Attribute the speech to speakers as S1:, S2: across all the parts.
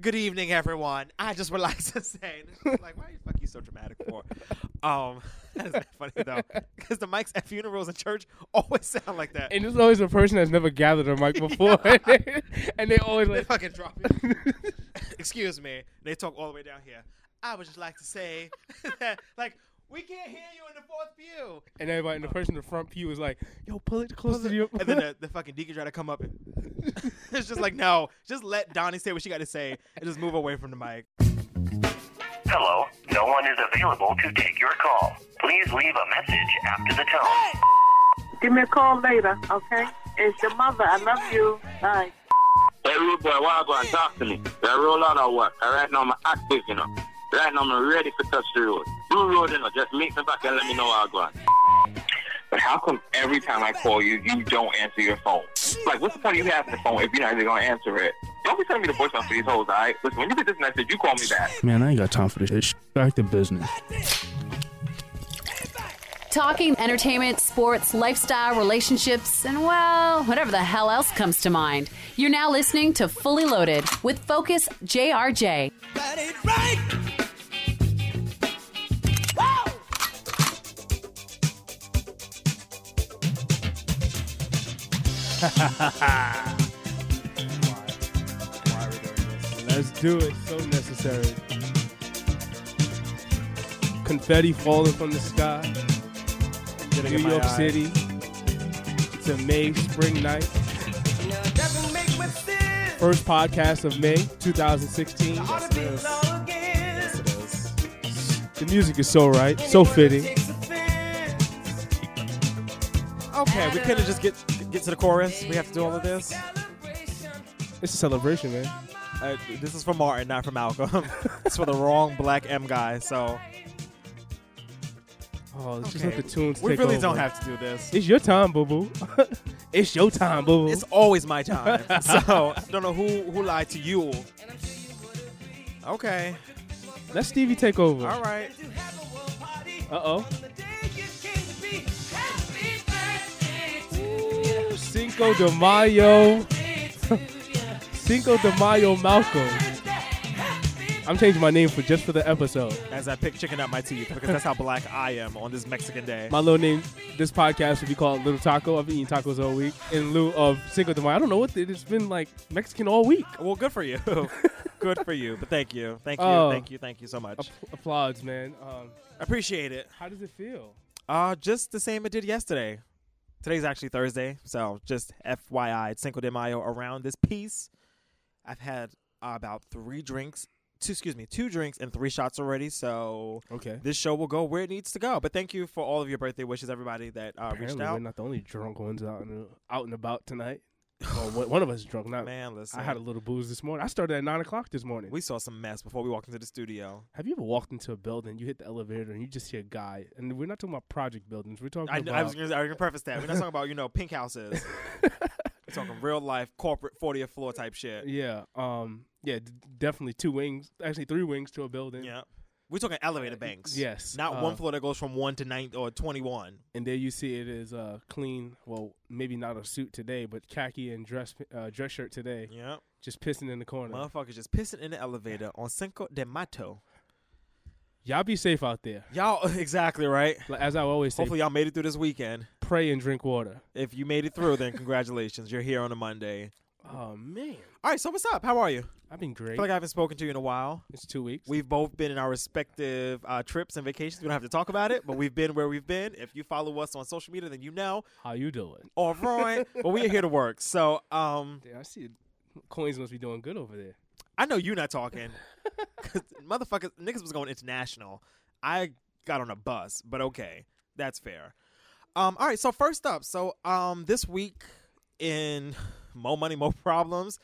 S1: good evening, everyone. I just would like to say, and it's just like, why are you fuck you so dramatic for? Um, that is not funny though, because the mics at funerals and church always sound like that.
S2: And there's always a person that's never gathered a mic before, and they always
S1: they
S2: like,
S1: fucking drop it. Excuse me. They talk all the way down here. I would just like to say that, like, we can't hear you in the fourth pew.
S2: and everybody, and the person in the front pew is like, "Yo, pull it closer to you."
S1: And then the, the fucking deacon try to come up. And it's just like, no, just let Donnie say what she got to say and just move away from the mic.
S3: Hello, no one is available to take your call. Please leave a message after the tone.
S4: Give me a call later, okay? It's your mother. I love you. Bye.
S5: Hey, rude boy, why go and talk to me? Do I roll out or what? And right now, I'm active, you know. Right now, I'm ready to touch the road. Do road, you know. Just make me back and let me know how I go on.
S6: But how come every time I call you, you don't answer your phone? Like, what's the point of you having the phone if you're not even gonna answer it? Don't be sending me the voicemail for these hoes, alright? Listen, when you get this message, you call me back.
S7: Man, I ain't got time for this shit. Sh- Back to business.
S8: Talking entertainment, sports, lifestyle, relationships, and well, whatever the hell else comes to mind. You're now listening to Fully Loaded with Focus JRJ.
S2: Let's do it. So necessary. Confetti falling from the sky. New York City. It's a May spring night. First podcast of May 2016. The music is so right, so fitting.
S1: Okay, we couldn't just get get to the chorus. We have to do all of this.
S2: It's a celebration, man.
S1: Uh, this is for Martin, not for Malcolm. it's for the wrong black M guy. So
S2: Oh, it's just
S1: Okay,
S2: let the tunes
S1: we
S2: take
S1: really
S2: over.
S1: don't have to do this.
S2: It's your time, boo boo. it's your time, boo boo.
S1: It's always my time. so I don't know who who lied to you. Okay.
S2: Let Stevie take over.
S1: All right.
S2: Uh oh. Cinco de Mayo. Cinco de Mayo Malcolm. I'm changing my name for just for the episode.
S1: As I pick chicken out my teeth because that's how black I am on this Mexican day.
S2: My little name, this podcast will be called Little Taco. I've been eating tacos all week in lieu of Cinco de Mayo. I don't know what it- it's been like Mexican all week.
S1: Well, good for you. good for you. But thank you. Thank you.
S2: Oh.
S1: Thank you. Thank you so much.
S2: App- applauds, man. Um,
S1: Appreciate it.
S2: how does it feel?
S1: Uh, just the same it did yesterday. Today's actually Thursday, so just FYI, it's Cinco de Mayo around this piece. I've had uh, about three drinks, two, excuse me, two drinks and three shots already, so
S2: Okay.
S1: this show will go where it needs to go. But thank you for all of your birthday wishes, everybody that uh, reached
S2: Apparently, we're
S1: out.
S2: not the only drunk ones out and out and about tonight. Well, one- one of us is drunk. Not
S1: Man, listen,
S2: I had a little booze this morning. I started at nine o'clock this morning.
S1: we saw some mess before we walked into the studio.
S2: Have you ever walked into a building, you hit the elevator, and you just see a guy? And we're not talking about project buildings. We're talking
S1: I,
S2: about
S1: I was going to preface that. We're not talking about, you know, pink houses. We're talking real life, corporate 40th floor type shit.
S2: yeah, um, yeah, d- definitely two wings, actually three wings to a building.
S1: Yeah. Uh, We're talking elevator banks.
S2: Yes,
S1: Not
S2: uh,
S1: one floor that goes from one to nine or twenty-one.
S2: And there you see it is uh, clean. Well, maybe not a suit today, but khaki and dress uh, dress shirt today.
S1: Yeah,
S2: Just pissing in the corner.
S1: motherfuckers just pissing in the elevator on Cinco de Mato.
S2: Y'all be safe out there.
S1: Y'all exactly right.
S2: Like, As I always say,
S1: Hopefully, y'all made it through this weekend.
S2: pray and drink water.
S1: If you made it through, then congratulations. You're here on a Monday.
S2: Oh man,
S1: All right, so what's up? How are you?
S2: I've been
S1: I
S2: great.
S1: feel like I haven't spoken to you in a while.
S2: it's two weeks.
S1: We've both been in our respective uh, trips and vacations. We don't have to talk about it, but we've been where we've been. If you follow us on social media, then you know.
S2: How you doing?
S1: All right, but we are here to work. So, um,
S2: Damn, I see it. coins must be doing good over there.
S1: I know you not talking. 'Cause motherfuckers, niggas was going international. I got on a bus, but okay, that's fair. Um, all right, so first up, so um, this week in Mo Money, Mo Problems,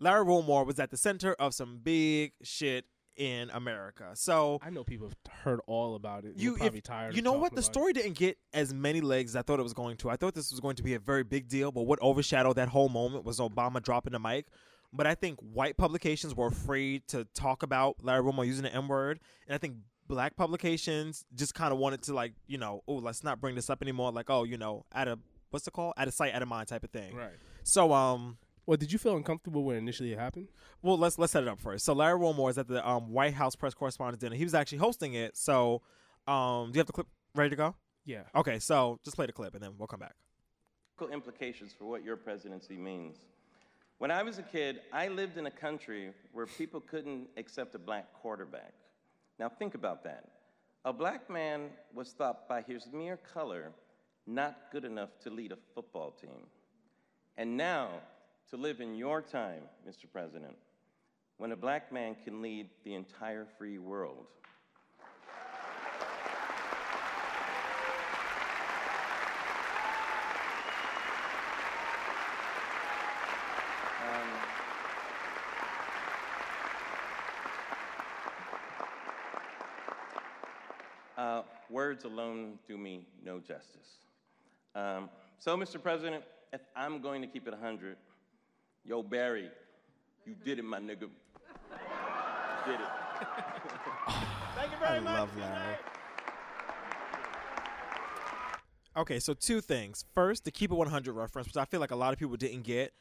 S1: Larry Wilmore was at the center of some big shit in America. So
S2: I know people have heard all about it.
S1: you
S2: You,
S1: if-
S2: probably tired.
S1: You
S2: of
S1: know
S2: talking
S1: what? The
S2: about it.
S1: story didn't get as many legs as I thought it was going to. I thought this was going to be a very big deal, but what overshadowed that whole moment was Obama dropping the mic. But I think white publications were afraid to talk about Larry Wilmore using the N word, and I think black publications just kind of wanted to like, you know, oh, let's not bring this up anymore. Like, oh, you know, out of what's it called? Out of sight, out of mind type of thing.
S2: Right.
S1: So, um,
S2: Well, did you feel uncomfortable when initially it happened?
S1: Well, let's let's set it up first. So Larry Wilmore is at the um, White House press correspondence dinner. He was actually hosting it. So, um, do you have the clip ready to go?
S2: Yeah.
S1: Okay, so just play the clip and then we'll come back.
S9: practical implications for what your presidency means. When I was a kid, I lived in a country where people couldn't accept a black quarterback. Now think about that. A black man was thought by his mere color not good enough to lead a football team. And now, to live in your time, Mr. President, when a black man can lead the entire free world. Um, uh, words alone do me no justice. Um, so, Mr. President, if I'm going to keep it 100, yo, Barry, you did it, my nigga. did it. Thank you
S1: I love Larry. Okay, so two things. First, the keep it 100 reference, which I feel like a lot of people didn't get.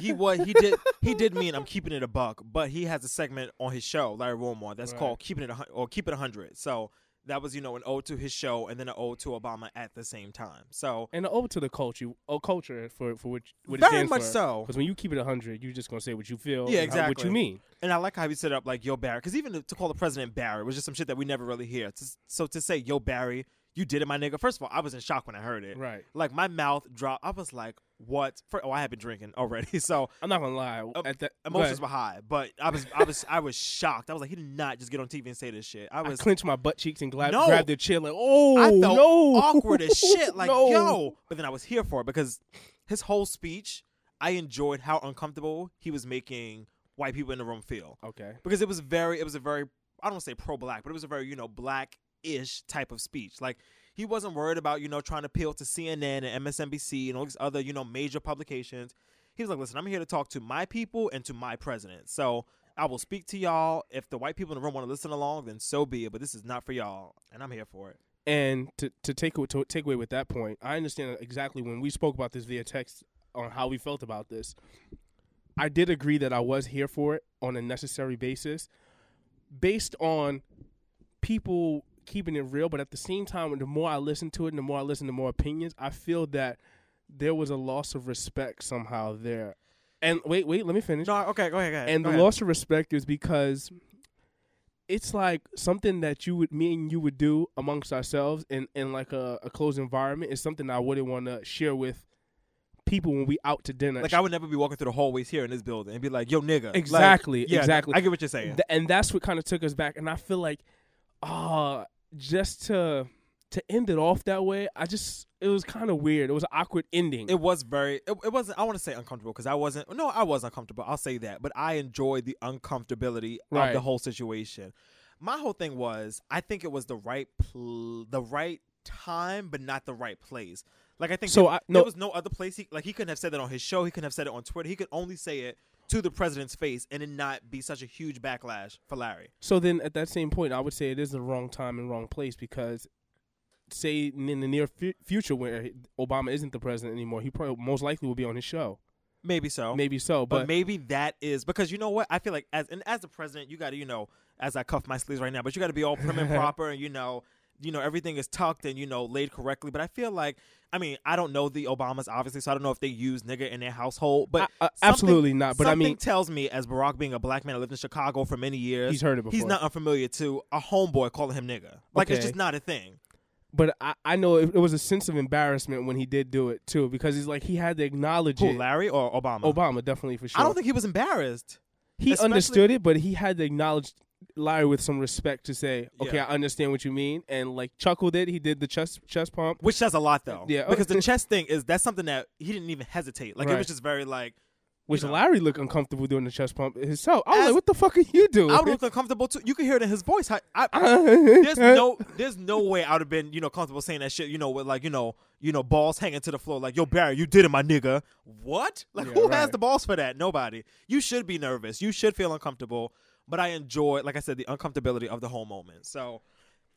S1: He was he did he did mean I'm keeping it a buck, but he has a segment on his show, Larry Wilmore, that's
S2: Right.
S1: called keeping it a hun- or keep it 100. So that was you know an ode to his show and then an ode to Obama at the same time. So
S2: And over to the culture, oh, culture for for which what
S1: Very
S2: it stands
S1: much so.
S2: Because when you keep it hundred, you're just gonna say what you feel.
S1: yeah,
S2: and how-
S1: exactly.
S2: What you mean?
S1: And I like how he set up like Yo Barry, because even to- to call the president Barry was just some shit that we never really hear. To- So to say Yo Barry, you did it, my nigga. First of all, I was in shock when I heard it.
S2: Right.
S1: Like my mouth dropped. I was like, what? Fir- oh, I had been drinking already, so
S2: I'm not gonna lie. at that
S1: emotions
S2: but
S1: were high. But I was, I was, I was shocked. I was like, he did not just get on TV and say this shit. I
S2: I
S1: was.
S2: clenched my butt cheeks and gla-
S1: No.
S2: grabbed the chair like, oh
S1: I felt
S2: no,
S1: awkward as shit. Like,
S2: No.
S1: yo. But then I was here for it because his whole speech, I enjoyed how uncomfortable he was making white people in the room feel.
S2: Okay.
S1: Because it was very, it was a very, I don't want to say pro black, but it was a very, you know, black ish type of speech. Like, he wasn't worried about, you know, trying to appeal to CNN and MSNBC and all these other, you know, major publications. He was like, listen, I'm here to talk to my people and to my president. So I will speak to y'all. If the white people in the room want to listen along, then so be it. But this is not for y'all. And I'm here for it.
S2: And to to take aw- to take away with that point, I understand exactly when we spoke about this via text on how we felt about this. I did agree that I was here for it on a necessary basis, based on people keeping it real. But at the same time, the more I listen to it, and the more I listen to more opinions, I feel that there was a loss of respect somehow there. And wait, wait, let me finish.
S1: No, okay, go ahead. Go ahead
S2: and
S1: go
S2: the
S1: ahead.
S2: loss of respect is because it's like something that you would me and you would do amongst ourselves in, in like a, a closed environment is something I wouldn't want to share with people when we out to dinner.
S1: Like I would never be walking through the hallways here in this building and be like, "Yo, nigga." Like,
S2: Exactly,
S1: yeah,
S2: exactly.
S1: I get what you're saying.
S2: Th- and that's what kind of took us back. And I feel like, ah, just to to end it off that way, I just it was kind of weird. It was an awkward ending.
S1: it was very. It, it wasn't. I want to say uncomfortable because I wasn't. No, I was uncomfortable. I'll say that. But I enjoyed the uncomfortability of
S2: Right.
S1: the whole situation. My whole thing was, I think it was the right, pl- the right time, but not the right place. Like I think
S2: So
S1: there,
S2: I-
S1: there
S2: no-
S1: was no other place. He like he couldn't have said that on his show. He couldn't have said it on Twitter. He could only say it to the president's face and it not be such a huge backlash for Larry.
S2: So then, at that same point, I would say it is the wrong time and wrong place because, say, in the near fu- future where Obama isn't the president anymore, he probably most likely will be on his show.
S1: Maybe so.
S2: Maybe so,
S1: Oh. but,
S2: but,
S1: maybe that is because you know what I feel like as and as the president, you got to you know as I cuff my sleeves right now, but you got to be all prim and proper, and you know, you know everything is tucked and you know laid correctly. But I feel like I mean I don't know the Obamas obviously, so I don't know if they use nigga in their household, but
S2: I- I-
S1: something-
S2: absolutely not, but I
S1: something
S2: mean-
S1: tells me as Barack being a black man that lived in Chicago for many years,
S2: He's heard it
S1: He's
S2: before.
S1: not unfamiliar to a homeboy calling him nigga. Like it's
S2: Okay.
S1: just not a thing.
S2: but I, I know it, it was a sense of embarrassment when he did do it too because he's like he had to acknowledge
S1: Who
S2: it.
S1: Larry or Obama?
S2: Obama definitely for sure.
S1: I don't think he was embarrassed.
S2: he
S1: especially-
S2: understood it, but he had to acknowledge Larry with some respect to say, "Okay,
S1: Yeah.
S2: I understand what you mean," and like chuckled it. He did the chest chest pump.
S1: which says a lot though.
S2: Yeah.
S1: because the chess thing is that's something that he didn't even hesitate. Like it was
S2: Right.
S1: just very like
S2: Which
S1: know.
S2: Larry looked uncomfortable doing the chest pump himself. I was
S1: As-
S2: like, "What the fuck are you doing?"
S1: I would look uncomfortable too. You could hear it in his voice. I, I, there's no there's no way I would have been you know comfortable saying that shit. You know with like you know you know balls hanging to the floor like yo Barry you did it my nigga. What like
S2: Yeah,
S1: who has
S2: right.
S1: the balls for that? Nobody. You should be nervous. You should feel uncomfortable. But I enjoyed like I said the uncomfortability of the whole moment. So.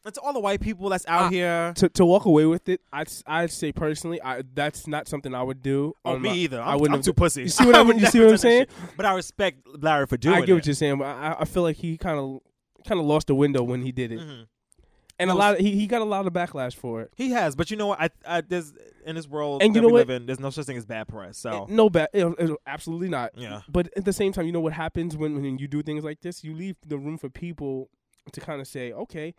S1: And to all the white people that's out
S2: Ah,
S1: here,
S2: to, to walk away with it, I'd, s- I'd say personally, I that's not something I would do.
S1: oh
S2: on
S1: me
S2: my-
S1: either. I'm,
S2: I wouldn't
S1: I'm
S2: have
S1: too
S2: done-
S1: pussy.
S2: You see what, I
S1: would
S2: mean? You see
S1: never
S2: what I'm
S1: done that
S2: saying?
S1: shit. But I respect Larry for doing
S2: I get
S1: it.
S2: what you're saying, but I, I- I feel like he kind of kind of lost the window when he did it,
S1: Mhm.
S2: and a
S1: It was-
S2: lot of, he he got a lot of backlash for it.
S1: He has, but you know what? I, I there's in this world
S2: And
S1: that
S2: you know
S1: we
S2: what?
S1: live in, there's no such thing as bad press. So
S2: No bad, absolutely not.
S1: yeah,
S2: But at the same time, you know what happens when when you do things like this? You leave the room for people to kind of say, okay,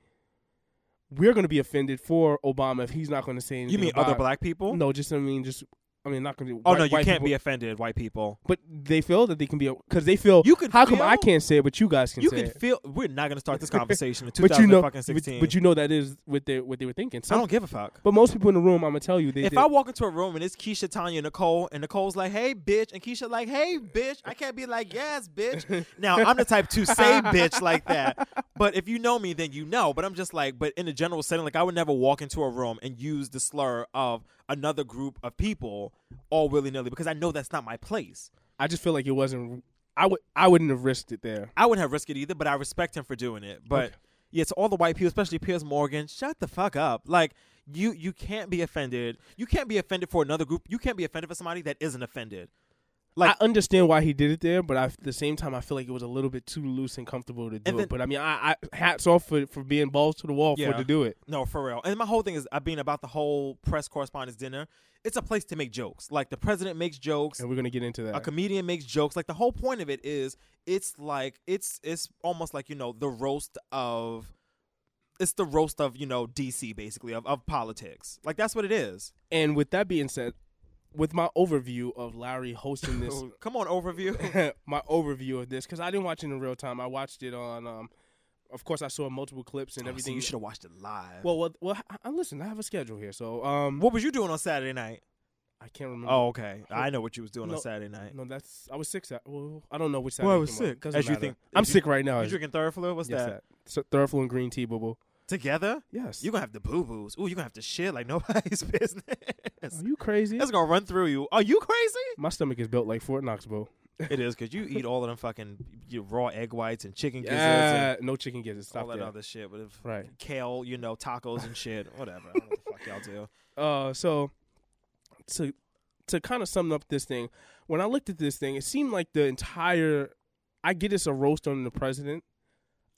S2: we're going to be offended for Obama if he's not going to say anything.
S1: you mean
S2: about
S1: other black people?
S2: No, just I mean just. I mean, not going to.
S1: Oh no, you can't be offended, white people.
S2: But they feel that they can be because they feel.
S1: You could
S2: How come I
S1: feel-
S2: can't say it, but you guys can
S1: You
S2: say
S1: can
S2: it?
S1: feel. We're not gonna start this conversation in
S2: but you know, but,
S1: 2016.
S2: but you know that is what they what they were thinking.
S1: I
S2: Some,
S1: don't give a fuck.
S2: but most people in the room, I'm gonna tell you, they
S1: If
S2: did.
S1: I walk into a room and it's Keisha, Tanya, and Nicole, and Nicole's like, "Hey, bitch," and Keisha like, "Hey, bitch," I can't be like, "Yes, bitch." Now I'm the type to say "bitch" like that, but if you know me, then you know. But I'm just like, but in a general setting, like I would never walk into a room and use the slur of another group of people all willy nilly because I know that's not my place.
S2: I just feel like it wasn't. I would I wouldn't have risked it there.
S1: I wouldn't have risked it either, but I respect him for doing it. But yeah, to all the white people, especially Piers Morgan, shut the fuck up. Like you, you can't be offended. You can't be offended for another group. You can't be offended for somebody that isn't offended. Like-
S2: I understand why he did it there, but I, at the same time, I feel like it was a little bit too loose and comfortable to do
S1: then-
S2: it. But I mean, I, I hats off for for being balls to the wall
S1: Yeah.
S2: for to do it.
S1: No, for real. And my whole thing is I've been about the whole press correspondence dinner. It's a place to make jokes. Like the president makes jokes,
S2: And we're gonna get into that.
S1: a comedian makes jokes. Like the whole point of it is it's like it's it's almost like, you know, the roast of it's the roast of, you know, DC basically of, of politics. Like that's what it is.
S2: and with that being said, with my overview of Larry hosting this,
S1: Come on, overview.
S2: my overview of this because I didn't watch it in real time. I watched it on. um Of course, I saw multiple clips and
S1: Everything
S2: everything.
S1: Oh, you should have watched it live.
S2: well, well, well. I, I- listen, I have a schedule here, so um,
S1: what was you doing on Saturday night?
S2: I can't remember.
S1: Oh, okay. I know what you was doing
S2: No,
S1: on Saturday night.
S2: No, that's I was sick. Sat- well, I don't know which side.
S1: Well, I was sick.
S2: Doesn't
S1: As you
S2: matter.
S1: think-
S2: I'm
S1: if you-
S2: sick right now.
S1: You drinking third floor? What's
S2: yes,
S1: that?
S2: that. So, third floor and green tea, bubble.
S1: Together?
S2: Yes.
S1: You're gonna have the boo boos. Ooh, you're gonna have to shit like nobody's business.
S2: Are you crazy?
S1: That's gonna run through you. Are you crazy?
S2: My stomach is built like Fort Knox, bro.
S1: It is because you eat all of them fucking your raw egg whites and chicken gizzards
S2: Yeah.
S1: and
S2: No chicken gizzards.
S1: all
S2: Stop
S1: that
S2: there.
S1: other shit with the
S2: Right.
S1: kale, you know, tacos and shit. Whatever. I don't know what the fuck y'all do.
S2: Uh, so to to kind of sum up this thing, when I looked at this thing, it seemed like the entire. I get it's a roast on the president.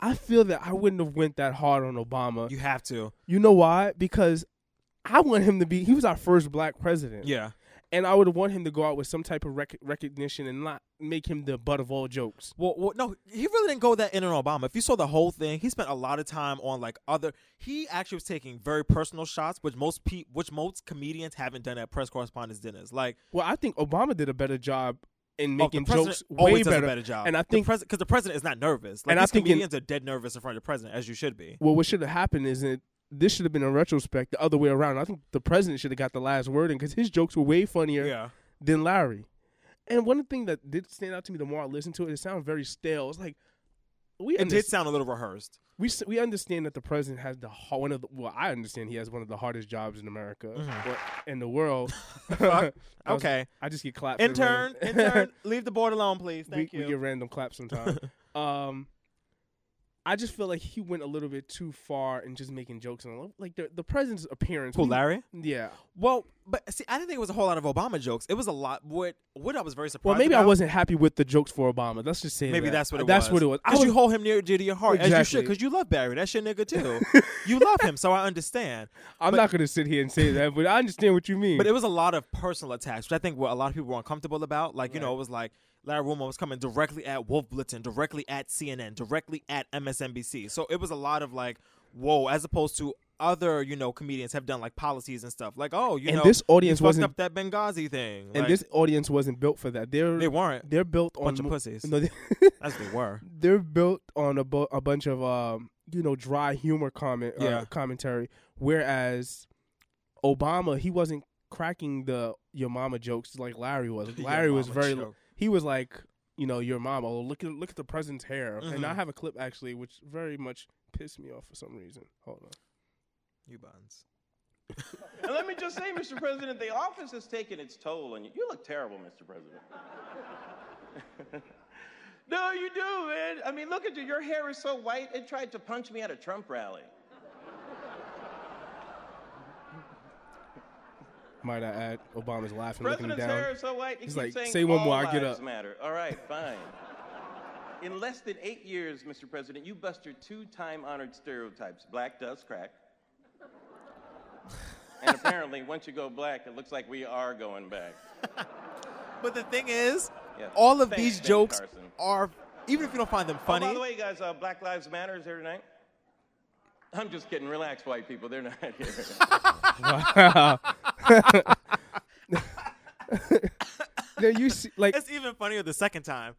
S2: I feel that I wouldn't have went that hard on Obama.
S1: You have to.
S2: You know why? Because I want him to be. He was our first black president.
S1: Yeah.
S2: and I would want him to go out with some type of rec- recognition and not make him the butt of all jokes.
S1: Well, well, no, he really didn't go that in on Obama. If you saw the whole thing, he spent a lot of time on like other. He actually was taking very personal shots, which most pe- which most comedians haven't done at press correspondence dinners. Like
S2: Well, I think Obama did a better job in
S1: Oh, the
S2: making
S1: president
S2: jokes
S1: always
S2: way
S1: does
S2: better.
S1: a better job.
S2: And I think
S1: because the, president is not nervous. Like
S2: And I
S1: these
S2: think in-
S1: comedians are dead nervous in front of the president, as you should be.
S2: well, what should have happened is that this should have been in retrospect the other way around. I think the president should have got the last word in because his jokes were way funnier than Larry. And one thing that did stand out to me the more I listened to it, it sounded very stale. It's like we
S1: it
S2: understand.
S1: did sound a little rehearsed.
S2: we s- we understand that the president has the har- one of the well, I understand he has one of the hardest jobs in America or in the world. That was-
S1: Mm-hmm. Okay.
S2: I just get claps. every
S1: Intern,
S2: random-
S1: intern, leave the board alone, please.
S2: we,
S1: Thank
S2: we
S1: you.
S2: get random claps sometimes. um, I just feel like he went a little bit too far in just making jokes and all. like the the president's appearance.
S1: Who,
S2: we-
S1: Larry?
S2: Yeah.
S1: Well, but see, I didn't think it was a whole lot of Obama jokes. It was a lot. What what I was very surprised.
S2: Well, maybe I
S1: about-
S2: wasn't happy with the jokes for Obama. Let's just say
S1: Maybe
S2: that.
S1: that's what it
S2: that's
S1: was.
S2: what it was. I
S1: Because you
S2: was-
S1: hold him near dear to your heart, as you should,
S2: Exactly.
S1: because you love Barry. That's your nigga too. you love him, so I understand.
S2: I'm not gonna sit here and say that, but I understand what you mean.
S1: But it was a lot of personal attacks, which I think what a lot of people were uncomfortable about. Like, you know, it was like Larry Wilmore was coming directly at Wolf Blitton, directly at CNN, directly at MSNBC. So it was a lot of like, whoa, as opposed to other, you know, comedians have done like policies and stuff. Like, oh, you
S2: And
S1: know,
S2: this audience
S1: you fucked
S2: wasn't-
S1: up that Benghazi thing.
S2: and
S1: Like,
S2: this audience wasn't built for that. They're
S1: they weren't.
S2: they're built on
S1: Bunch of
S2: mo-
S1: pussies.
S2: No, they,
S1: As they were.
S2: they're built on a, bu- a bunch of um, you know dry humor comment uh,
S1: Yeah.
S2: commentary whereas obama he wasn't cracking the your mama jokes like larry was
S1: Your
S2: larry was
S1: mama
S2: very
S1: joke.
S2: he was like you know your mama oh, look at look at the president's hair
S1: Mhm.
S2: and i have a clip actually which very much pissed me off for some reason hold on
S1: You buns.
S9: And let me just say, Mr. President, the office has taken its toll on you. You look terrible, Mr. President. no, you do, man. I mean, look at you. Your hair is so white, it tried to punch me at a Trump rally.
S2: Might I add? Obama's laughing,
S9: President's
S2: looking
S9: hair
S2: down.
S9: is so white. He
S2: He's
S9: keeps
S2: like,
S9: saying
S2: "Say one
S9: all
S2: more, I get
S9: lives
S2: up."
S9: Matter. All right, fine. In less than eight years, Mr. President, you busted two time-honored stereotypes: black does crack, and apparently, once you go black, it looks like we are going back.
S1: But the thing is,
S9: Yeah.
S1: all of
S9: Thanks,
S1: these
S9: Ben
S1: jokes
S9: Carson.
S1: are, even if you don't find them funny,
S9: Oh, by the way, you guys, uh, Black Lives Matter is here tonight. I'm just kidding. Relax, white people. They're not here.
S2: Yeah, you see, like
S1: it's even funnier the second time.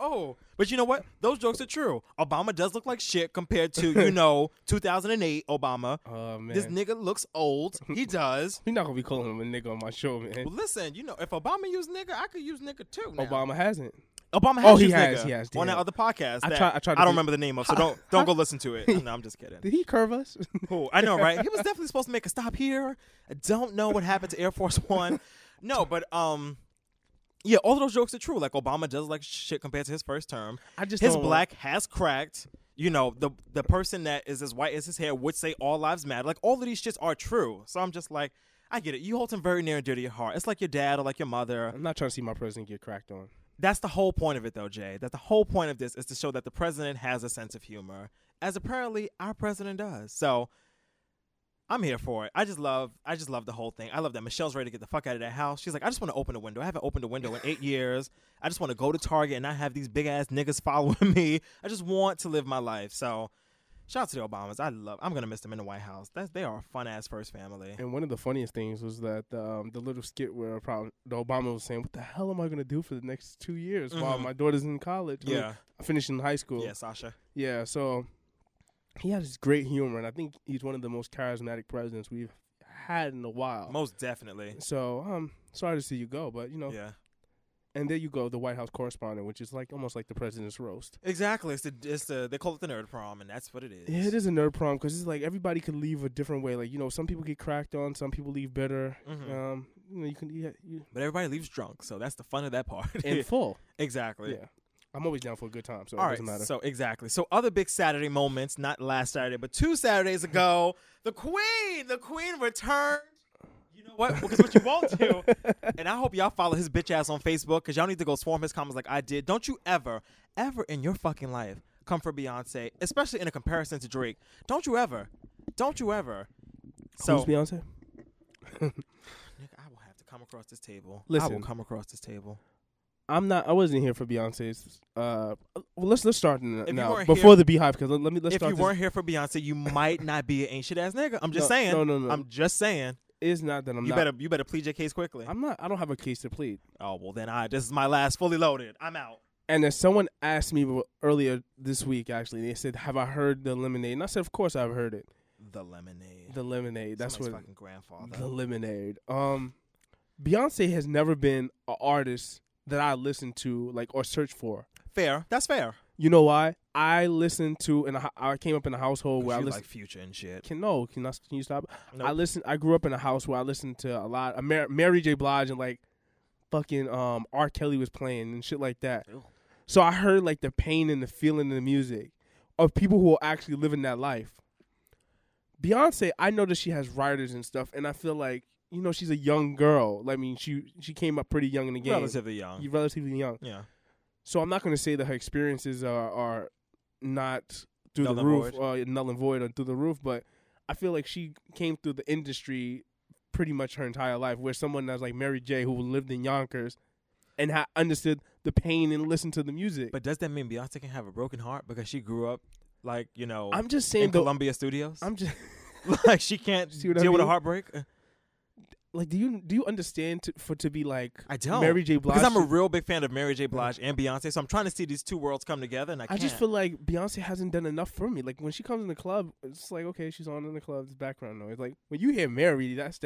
S1: oh, but you know what? Those jokes are true. Obama does look like shit compared to you know 2008 Obama.
S2: Oh, man.
S1: This nigga looks old. He does.
S2: you're not gonna be calling him a nigga on my show, man.
S1: Well, listen, you know, if Obama used nigga, I could use nigga too. Now.
S2: Obama hasn't.
S1: Obama has
S2: Oh, he
S1: used
S2: has,
S1: nigga
S2: he has,
S1: on
S2: yeah.
S1: that other podcast.
S2: I
S1: that
S2: tried- I tried to
S1: don't
S2: do-
S1: remember the name of, so don't don't go listen to it. No, I'm just kidding.
S2: Did he curve us?
S1: Cool. I know, right? He was definitely supposed to make a stop here. I don't know what happened to Air Force One. No, but um, yeah, all of those jokes are true. Like Obama does like shit compared to his first term.
S2: I just
S1: his
S2: don't-
S1: black has cracked. You know, the the person that is as white as his hair would say all lives matter. Like all of these shits are true. So I'm just like, I get it. You hold him very near and dear to your heart. It's like your dad or like your mother.
S2: I'm not trying to see my president get cracked on.
S1: That's the whole point of it, though, Jay. That the whole point of this is to show that the president has a sense of humor, as apparently our president does. So I'm here for it. I just love, I just love the whole thing. I love that Michelle's ready to get the fuck out of that house. She's like, I just want to open a window. I haven't opened a window in eight years. I just want to go to Target and not have these big ass niggas following me. I just want to live my life. So. Shout out to the Obamas. I love. I'm gonna miss them in the White House. That's they are a fun ass first family.
S2: And one of the funniest things was that um, the little skit where probably the Obama was saying, "What the hell am I going to do for the next two years while my daughter's in college? I mean,
S1: Mm-hmm. Yeah.
S2: finishing high school."
S1: Yeah, Sasha.
S2: Yeah. So he has this great humor, and I think he's one of the most charismatic presidents we've had in a while.
S1: Most definitely.
S2: so um, sorry to see you go, but you know,
S1: Yeah.
S2: and there you go, the White House correspondent, which is like almost like the president's roast.
S1: Exactly. It's the it's the they call it the nerd prom, and that's what it is.
S2: Yeah, it is a nerd prom because it's like everybody could leave a different way. Like you know, some people get cracked on, some people leave bitter.
S1: Mm-hmm.
S2: Um, you know, you can you, you
S1: But everybody leaves drunk, so that's the fun of that part.
S2: in full.
S1: exactly.
S2: Yeah, I'm always down for a good time, so
S1: All
S2: it
S1: right.
S2: doesn't matter.
S1: So exactly. So other big Saturday moments, not last Saturday, but two Saturdays ago, the Queen, the Queen returned. You know what? Because what you won't do, and I hope y'all follow his bitch ass on Facebook, because y'all need to go swarm his comments like I did. Don't you ever, ever in your fucking life come for Beyonce, especially in a comparison to Drake. Don't you ever, don't you ever. So
S2: Who's Beyonce?
S1: Nigga, I will have to come across this table. I will
S2: Listen.
S1: come across this table.
S2: I'm not. I wasn't here for Beyonce's. Uh, well, let's let's start n-
S1: you
S2: now
S1: weren't
S2: before
S1: here-
S2: the Beehive because let, let me let's
S1: if
S2: start.
S1: you
S2: this.
S1: weren't here for Beyonce, you might not be an ancient ass nigga. I'm just
S2: No,
S1: saying.
S2: no, no, no.
S1: I'm just saying.
S2: it's not that I'm
S1: You
S2: not.
S1: better you better plead your case quickly.
S2: I'm not. I don't have a case to plead.
S1: oh well, then I. This is my last fully loaded. I'm out.
S2: And as someone asked me w- earlier this week, actually, they said, "Have I heard the lemonade?" And I said, "Of course I've heard it.
S1: The lemonade.
S2: The lemonade. That's
S1: Somebody's
S2: what
S1: fucking grandfather.
S2: The Lemonade. Um, Beyonce has never been an artist that I listen to like or search for.
S1: fair. That's fair.
S2: You know why? I listened to and I, I came up in a household where I
S1: you
S2: listened.
S1: like future and shit.
S2: can no, can, I, can you stop?
S1: Nope.
S2: I listen. I grew up in a house where I listened to a lot. of Mar- Mary J. Blige and like fucking um R. Kelly was playing and shit like that. So I heard like the pain and the feeling in the music of people who are actually living that life. Beyonce, I know that she has writers and stuff, and I feel like you know she's a young girl. I mean, she she came up pretty young in the game,
S1: Relatively young.
S2: You're relatively young.
S1: yeah.
S2: So I'm not going to say that her experiences are are not through
S1: Null
S2: the
S1: and
S2: roof, or null and void, or through the roof. But I feel like she came through the industry pretty much her entire life, where someone that's like Mary J, who lived in Yonkers and ha- understood the pain and listened to the music.
S1: But does that mean Beyonce can have a broken heart because she grew up like you know?
S2: I'm just
S1: in
S2: saying, though,
S1: Columbia Studios.
S2: I'm just
S1: like she can't
S2: See what I
S1: deal with a
S2: mean?
S1: heartbreak.
S2: like, do you do you understand to, for to be like
S1: I don't.
S2: Mary J Blige?
S1: Because I'm a real big fan of Mary J. Blige and Beyonce, so I'm trying to see these two worlds come together, and I
S2: I
S1: can't.
S2: just feel like Beyonce hasn't done enough for me. Like when she comes in the club, it's like okay, she's on in the club, it's background noise. Like when you hear Mary, that's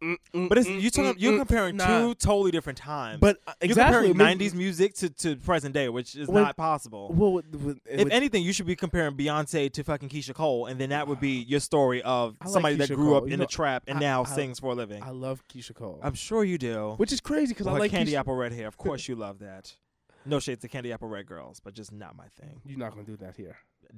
S2: Mm, that.
S1: but it's, you talking, you're comparing
S2: mm, nah.
S1: two totally different times.
S2: But, uh,
S1: you're
S2: exactly, it
S1: comparing
S2: makes-
S1: '90s music to, to present day, which is
S2: Well,
S1: not possible.
S2: Well, with, with,
S1: if
S2: with-
S1: anything, you should be comparing Beyonce to fucking Keisha Cole, and then that would be your story of
S2: like
S1: somebody that
S2: Keisha
S1: grew
S2: Cole.
S1: up
S2: You
S1: in
S2: know,
S1: the trap and
S2: I-
S1: now
S2: I-
S1: sings for a living.
S2: I love Keisha Cole,
S1: I, am sure you do.
S2: which is crazy because
S1: Well,
S2: I
S1: her
S2: like
S1: Candy
S2: Keisha.
S1: Apple Red hair. Of course, you love that. No shades to Candy Apple Red girls, but just not my thing.
S2: You're not gonna do that here.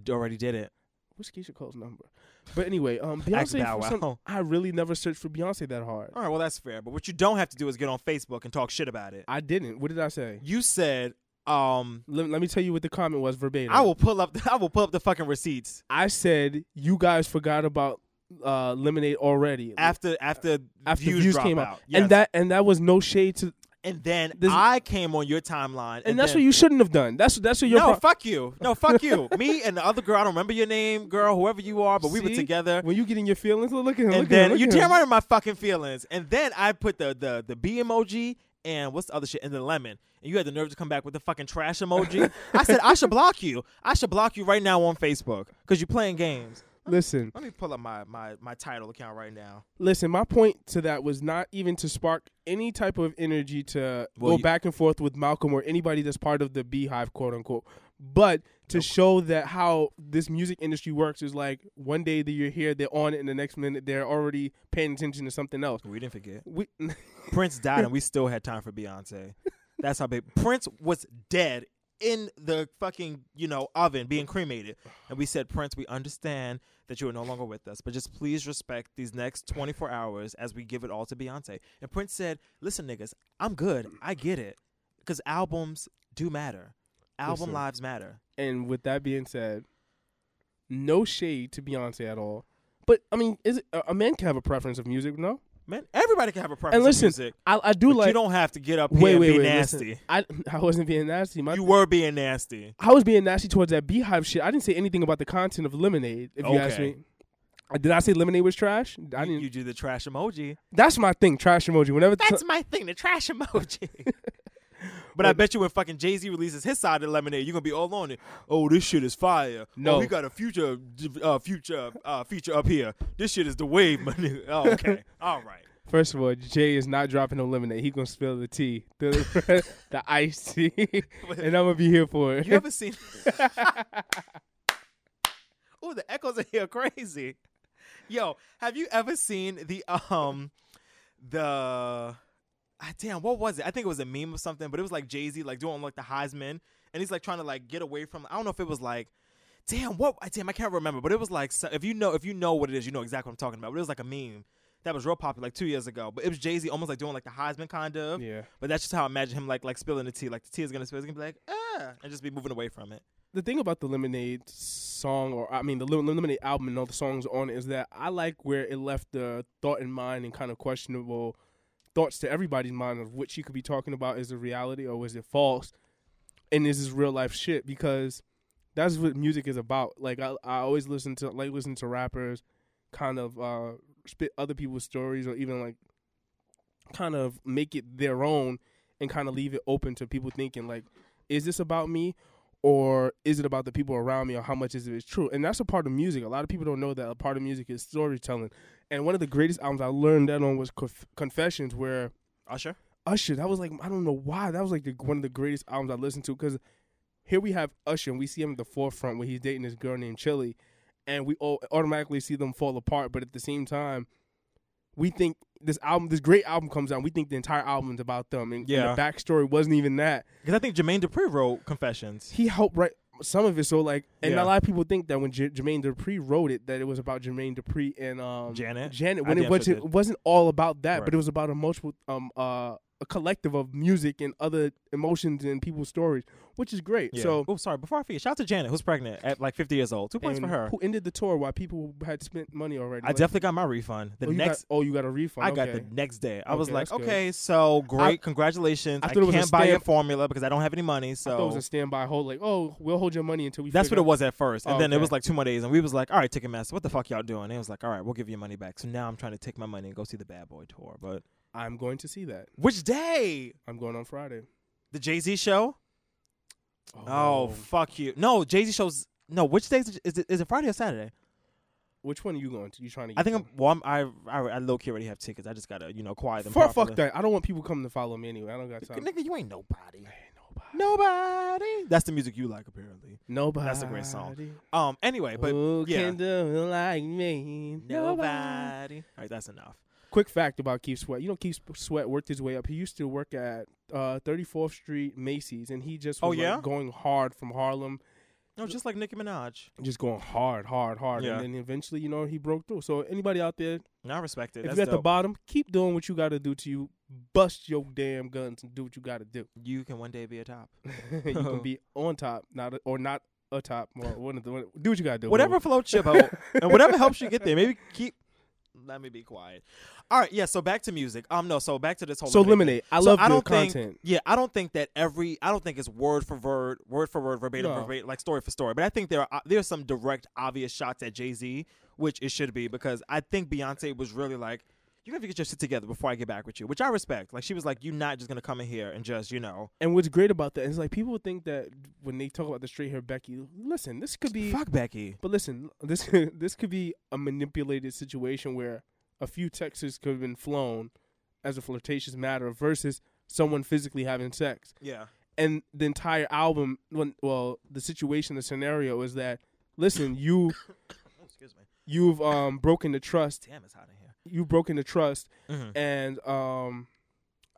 S1: Already did it.
S2: What's Keisha Cole's number? But anyway, um,
S1: Ask
S2: Beyonce.
S1: Bow
S2: for some-
S1: Wow.
S2: I really never searched for Beyonce that hard.
S1: All right, well that's fair. But what you don't have to do is get on Facebook and talk shit about it.
S2: I didn't. What did I say?
S1: You said, um,
S2: Let, let me tell you what the comment was verbatim.
S1: I will pull up. I will pull up the fucking receipts
S2: I said you guys forgot about uh, lemonade already
S1: after after
S2: after
S1: views,
S2: views,
S1: drop
S2: came out,
S1: out. Yes.
S2: and that and that was no shade to. And,
S1: and then
S2: this-
S1: I came on your timeline, and,
S2: that's
S1: then,
S2: what you shouldn't have done. That's that's what your
S1: No,
S2: pro-
S1: fuck you. No, fuck you. Me and the other girl. I don't remember your name, girl. Whoever you are, but we were
S2: See?
S1: together.
S2: When you get in your feelings, look, look at him.
S1: and
S2: look
S1: then
S2: at him, look
S1: you
S2: at
S1: damn
S2: him.
S1: right in my fucking feelings. And then I put the the the B emoji and what's the other shit and the lemon. And you had the nerve to come back with the fucking trash emoji. I said I should block you. I should block you right now on Facebook because you're playing games.
S2: Listen,
S1: Let me pull up my my my title account right now.
S2: listen. My point to that was not even to spark any type of energy to
S1: Well,
S2: go
S1: you-
S2: back and forth with Malcolm or anybody that's part of the Beehive, quote unquote. But to show that how this music industry works is like one day that you're here, they're on it, and the next minute they're already paying attention to something else.
S1: We didn't forget.
S2: We,
S1: Prince died and we still had time for Beyonce. That's how big Prince was dead in the fucking, you know, oven being cremated. And we said, Prince, we understand that you are no longer with us, but just please respect these next 24 hours as we give it all to Beyonce. And Prince said, Listen, niggas, I'm good. I get it. Because albums do matter, album
S2: Listen.
S1: lives matter.
S2: And with that being said, no shade to Beyonce at all. But I mean, is it, a a man can have a preference of music, no?
S1: Man, everybody can have a preference
S2: And listen,
S1: in music.
S2: I, I do
S1: But
S2: like.
S1: you don't have to get up here
S2: wait,
S1: and
S2: wait,
S1: be
S2: wait. listen.
S1: nasty.
S2: I I wasn't being nasty. My,
S1: You were being nasty.
S2: I was being nasty towards that Beehive shit. I didn't say anything about the content of Lemonade. If you ask
S1: Okay.
S2: me, Uh, did I say Lemonade was trash? I
S1: You,
S2: didn't.
S1: you do the trash emoji.
S2: that's my thing. Trash emoji. Whenever
S1: That's my thing, the trash emoji. But I bet you when fucking Jay Z releases his side of the lemonade, you're gonna be all on it. Oh, this shit is fire.
S2: No.
S1: oh, we got a future, uh, future, uh, feature up here. This shit is the wave, my nigga. Oh, okay, all right.
S2: first of all, Jay is not dropping no Lemonade. He gonna spill the tea, the the iced tea, and I'm gonna be here for it.
S1: You ever seen? oh, the echoes are here crazy. Yo, have you ever seen the um the ah, damn what was it? I think it was a meme or something, but it was like Jay Z like doing like the Heisman, and he's like trying to like get away from. I don't know if it was like. Damn, what? I- Damn, I can't remember. But it was like, so- if you know, if you know what it is, you know exactly what I'm talking about. But it was like a meme that was real popular like two years ago. But it was Jay Z almost like doing like the Heisman kind of.
S2: Yeah.
S1: But that's just how I imagine him like like spilling the tea. Like the tea is gonna spill. It's gonna be like ah, and just be moving away from it.
S2: the thing about the Lemonade song, or I mean the Lem- Lemonade album and all the songs on it, is that I like where it left the thought in mind and kind of questionable thoughts to everybody's mind of what she could be talking about. Is it reality or is it false? And is this real life shit? Because that's what music is about. Like I, I always listen to like listen to rappers, kind of uh, spit other people's stories or even like kind of make it their own and kind of leave it open to people thinking like, is this about me? or is it about the people around me or how much is it is true and that's a part of music a lot of people don't know that a part of music is storytelling and one of the greatest albums i learned that on was Conf- confessions where
S1: Usher.
S2: usher that was like i don't know why that was like the, one of the greatest albums i listened to because here we have usher and we see him at the forefront where he's dating this girl named chili and we all automatically see them fall apart but at the same time we think this album this great album comes out and we think the entire album's about them and,
S1: Yeah.
S2: and the backstory wasn't even that
S1: Because I think Jermaine Dupri wrote Confessions.
S2: he helped write some of it. So like, and
S1: Yeah.
S2: a lot of people think that when J- Jermaine Dupri wrote it, that it was about Jermaine Dupri and um,
S1: Janet?
S2: Janet.
S1: I
S2: When it
S1: damn sure
S2: was, it
S1: did.
S2: wasn't all about that,
S1: Right.
S2: but it was about a multiple, um, uh, a collective of music and other emotions and people's stories, which is great.
S1: Yeah.
S2: So.
S1: oh, sorry. Before I forget, shout out to Janet, who's pregnant at like 50 years old. Two points for
S2: and
S1: her.
S2: Who ended the tour while people had spent money already?
S1: I definitely got my refund. The
S2: oh, you
S1: next,
S2: Got, oh, you got a refund.
S1: I got
S2: okay.
S1: the next day. I was
S2: Okay,
S1: like,
S2: that's good.
S1: okay, so great, congratulations.
S2: I
S1: I,
S2: thought it was a
S1: can't buy your
S2: stamp.
S1: formula because I don't have any money.
S2: I thought it was
S1: So
S2: a standby hold. Like, oh, we'll hold your money until we.
S1: that's what
S2: figure
S1: it was at first, and
S2: Oh,
S1: then it
S2: okay.
S1: was like two more days, and we was like, all right, Ticketmaster, what the fuck y'all doing? And it was like, all right, we'll give you your money back. So now I'm trying to take my money and go see the Bad Boy tour. But
S2: out. I'm going to see that.
S1: which day?
S2: I'm going on Friday.
S1: The Jay Z show. Oh, fuck you! No, Jay Z shows. No, which days is- is it? Is it Friday or Saturday?
S2: which one are you going to? You trying to? Get
S1: I think
S2: to?
S1: I'm. Well, I'm, I I I low key already have tickets. I just gotta you know quiet them.
S2: Fuck,
S1: properly.
S2: fuck that. I don't want people coming to follow me anyway. I don't got time.
S1: Nigga, you ain't nobody. Nobody. That's the music you like, apparently.
S2: Nobody.
S1: That's a great song. Um. Anyway, but
S2: Who
S1: yeah.
S2: can do like me?
S1: Nobody. All right, that's enough.
S2: Quick fact about Keith Sweat. You know, Keith Sweat worked his way up. He used to work at uh, 34th Street Macy's, and he just was
S1: Oh,
S2: like,
S1: yeah?
S2: going hard from Harlem
S1: No, just like Nicki Minaj.
S2: just going hard, hard, hard,
S1: Yeah.
S2: and then eventually, you know, he broke through. So anybody out there,
S1: No, I respect it.
S2: if
S1: That's
S2: you're at the
S1: dope.
S2: bottom, keep doing what you got to do to you. Bust your damn guns and do what you got to do.
S1: you can one day be a top.
S2: you can be on top, not a, or not a top. Well, one of the one, do what you got to do.
S1: whatever floats your boat and whatever helps you get there. Maybe keep. Let me be quiet. All right, yeah. So back to music. Um, no. So back to this whole.
S2: So
S1: Lemonade
S2: Lemonade, I
S1: thing.
S2: love
S1: I
S2: your
S1: don't think-
S2: content.
S1: yeah, I don't think that every. I don't think it's word for word, word for word, verbatim,
S2: No.
S1: verbatim, like story for story. But I think there are there's some direct, obvious shots at Jay Z, which it should be because I think Beyonce was really like. You have to get your shit together before I get back with you, which I respect. Like she was like, "You're not just gonna come in here and just, you know,
S2: And what's great about that is like people think that when they talk about the straight hair Becky, listen, this could be
S1: fuck Becky."
S2: But listen, this this could be a manipulated situation where a few texts could have been flown as a flirtatious matter versus someone physically having sex.
S1: Yeah,
S2: And the entire album, when- well, the situation, the scenario is that listen, you
S1: excuse me.
S2: you've um broken the trust,
S1: Damn, it's hot in here.
S2: you've broken the trust,
S1: Mm-hmm.
S2: and um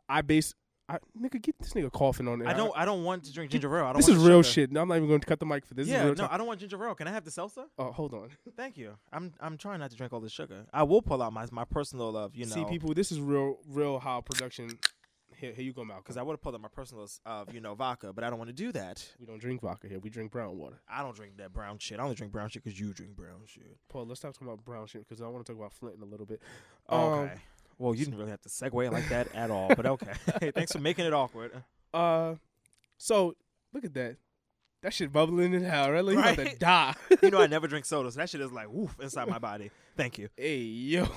S2: I base I nigga get this nigga coughing on it.
S1: I don't. I don't want to drink ginger ale. I don't
S2: this
S1: want
S2: is
S1: the
S2: real
S1: sugar.
S2: shit. I'm not even going to cut the mic for this. this
S1: Yeah,
S2: is
S1: no,
S2: real talk.
S1: I don't want ginger ale. Can I have the seltzer?
S2: oh, hold on.
S1: Thank you. I'm I'm trying not to drink all the sugar. I will pull out my my personal love, you know.
S2: See, people, this is real, real how production. Here, here you go, Malcolm.
S1: because I would have pulled out my personal of you know vodka, but I don't want to do that.
S2: we don't drink vodka here. We drink brown water.
S1: I don't drink that brown shit. I only drink brown shit because you drink brown shit.
S2: Paul, let's stop talking about brown shit because I want to talk about Flint in a little bit. Um,
S1: Okay. well, you didn't really have to segue like that at all, but okay. Thanks for making it awkward.
S2: Uh, so look at that. That shit bubbling in hell, right? Like, You about to
S1: Right?
S2: die.
S1: You know I never drink soda, so that shit is like woof inside my body. Thank you.
S2: hey yo.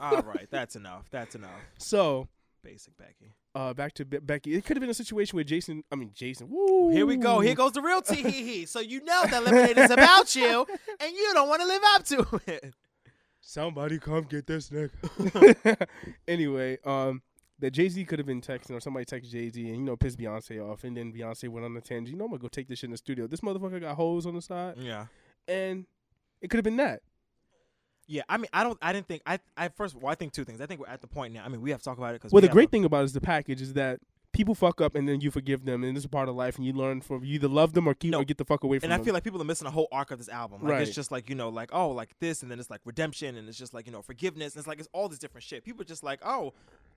S1: All right, that's enough. That's enough.
S2: So
S1: Basic Becky.
S2: uh, back to Be- Becky. It could have been a situation where Jason. I mean Jason. Woo.
S1: Here we go. Here goes the real tee hee hee. So you know that lemonade is about you, and you don't want to live up to it.
S2: Somebody come get this nigga. anyway, um, that Jay Z could have been texting or somebody text Jay Z and you know pissed Beyonce off, and then Beyonce went on a tangent. You know I'm gonna go take this shit in the studio. This motherfucker got holes on the side,
S1: Yeah.
S2: and it could have been that.
S1: Yeah, I mean, I don't, I didn't think, I, I first, well, I think two things. I think we're at the point now. I mean, we have to talk about it because.
S2: Well, the great thing about it is the package is that people fuck up and then you forgive them, and it's a part of life, and you learn from you either love them or keep
S1: No.
S2: or get the fuck away from
S1: and I
S2: them.
S1: feel like people are missing a whole arc of this album. Like it's
S2: Right.
S1: just like you know, like oh, like this, and then it's like redemption, and it's just like you know, forgiveness. And it's like it's all this different shit. People are just like oh,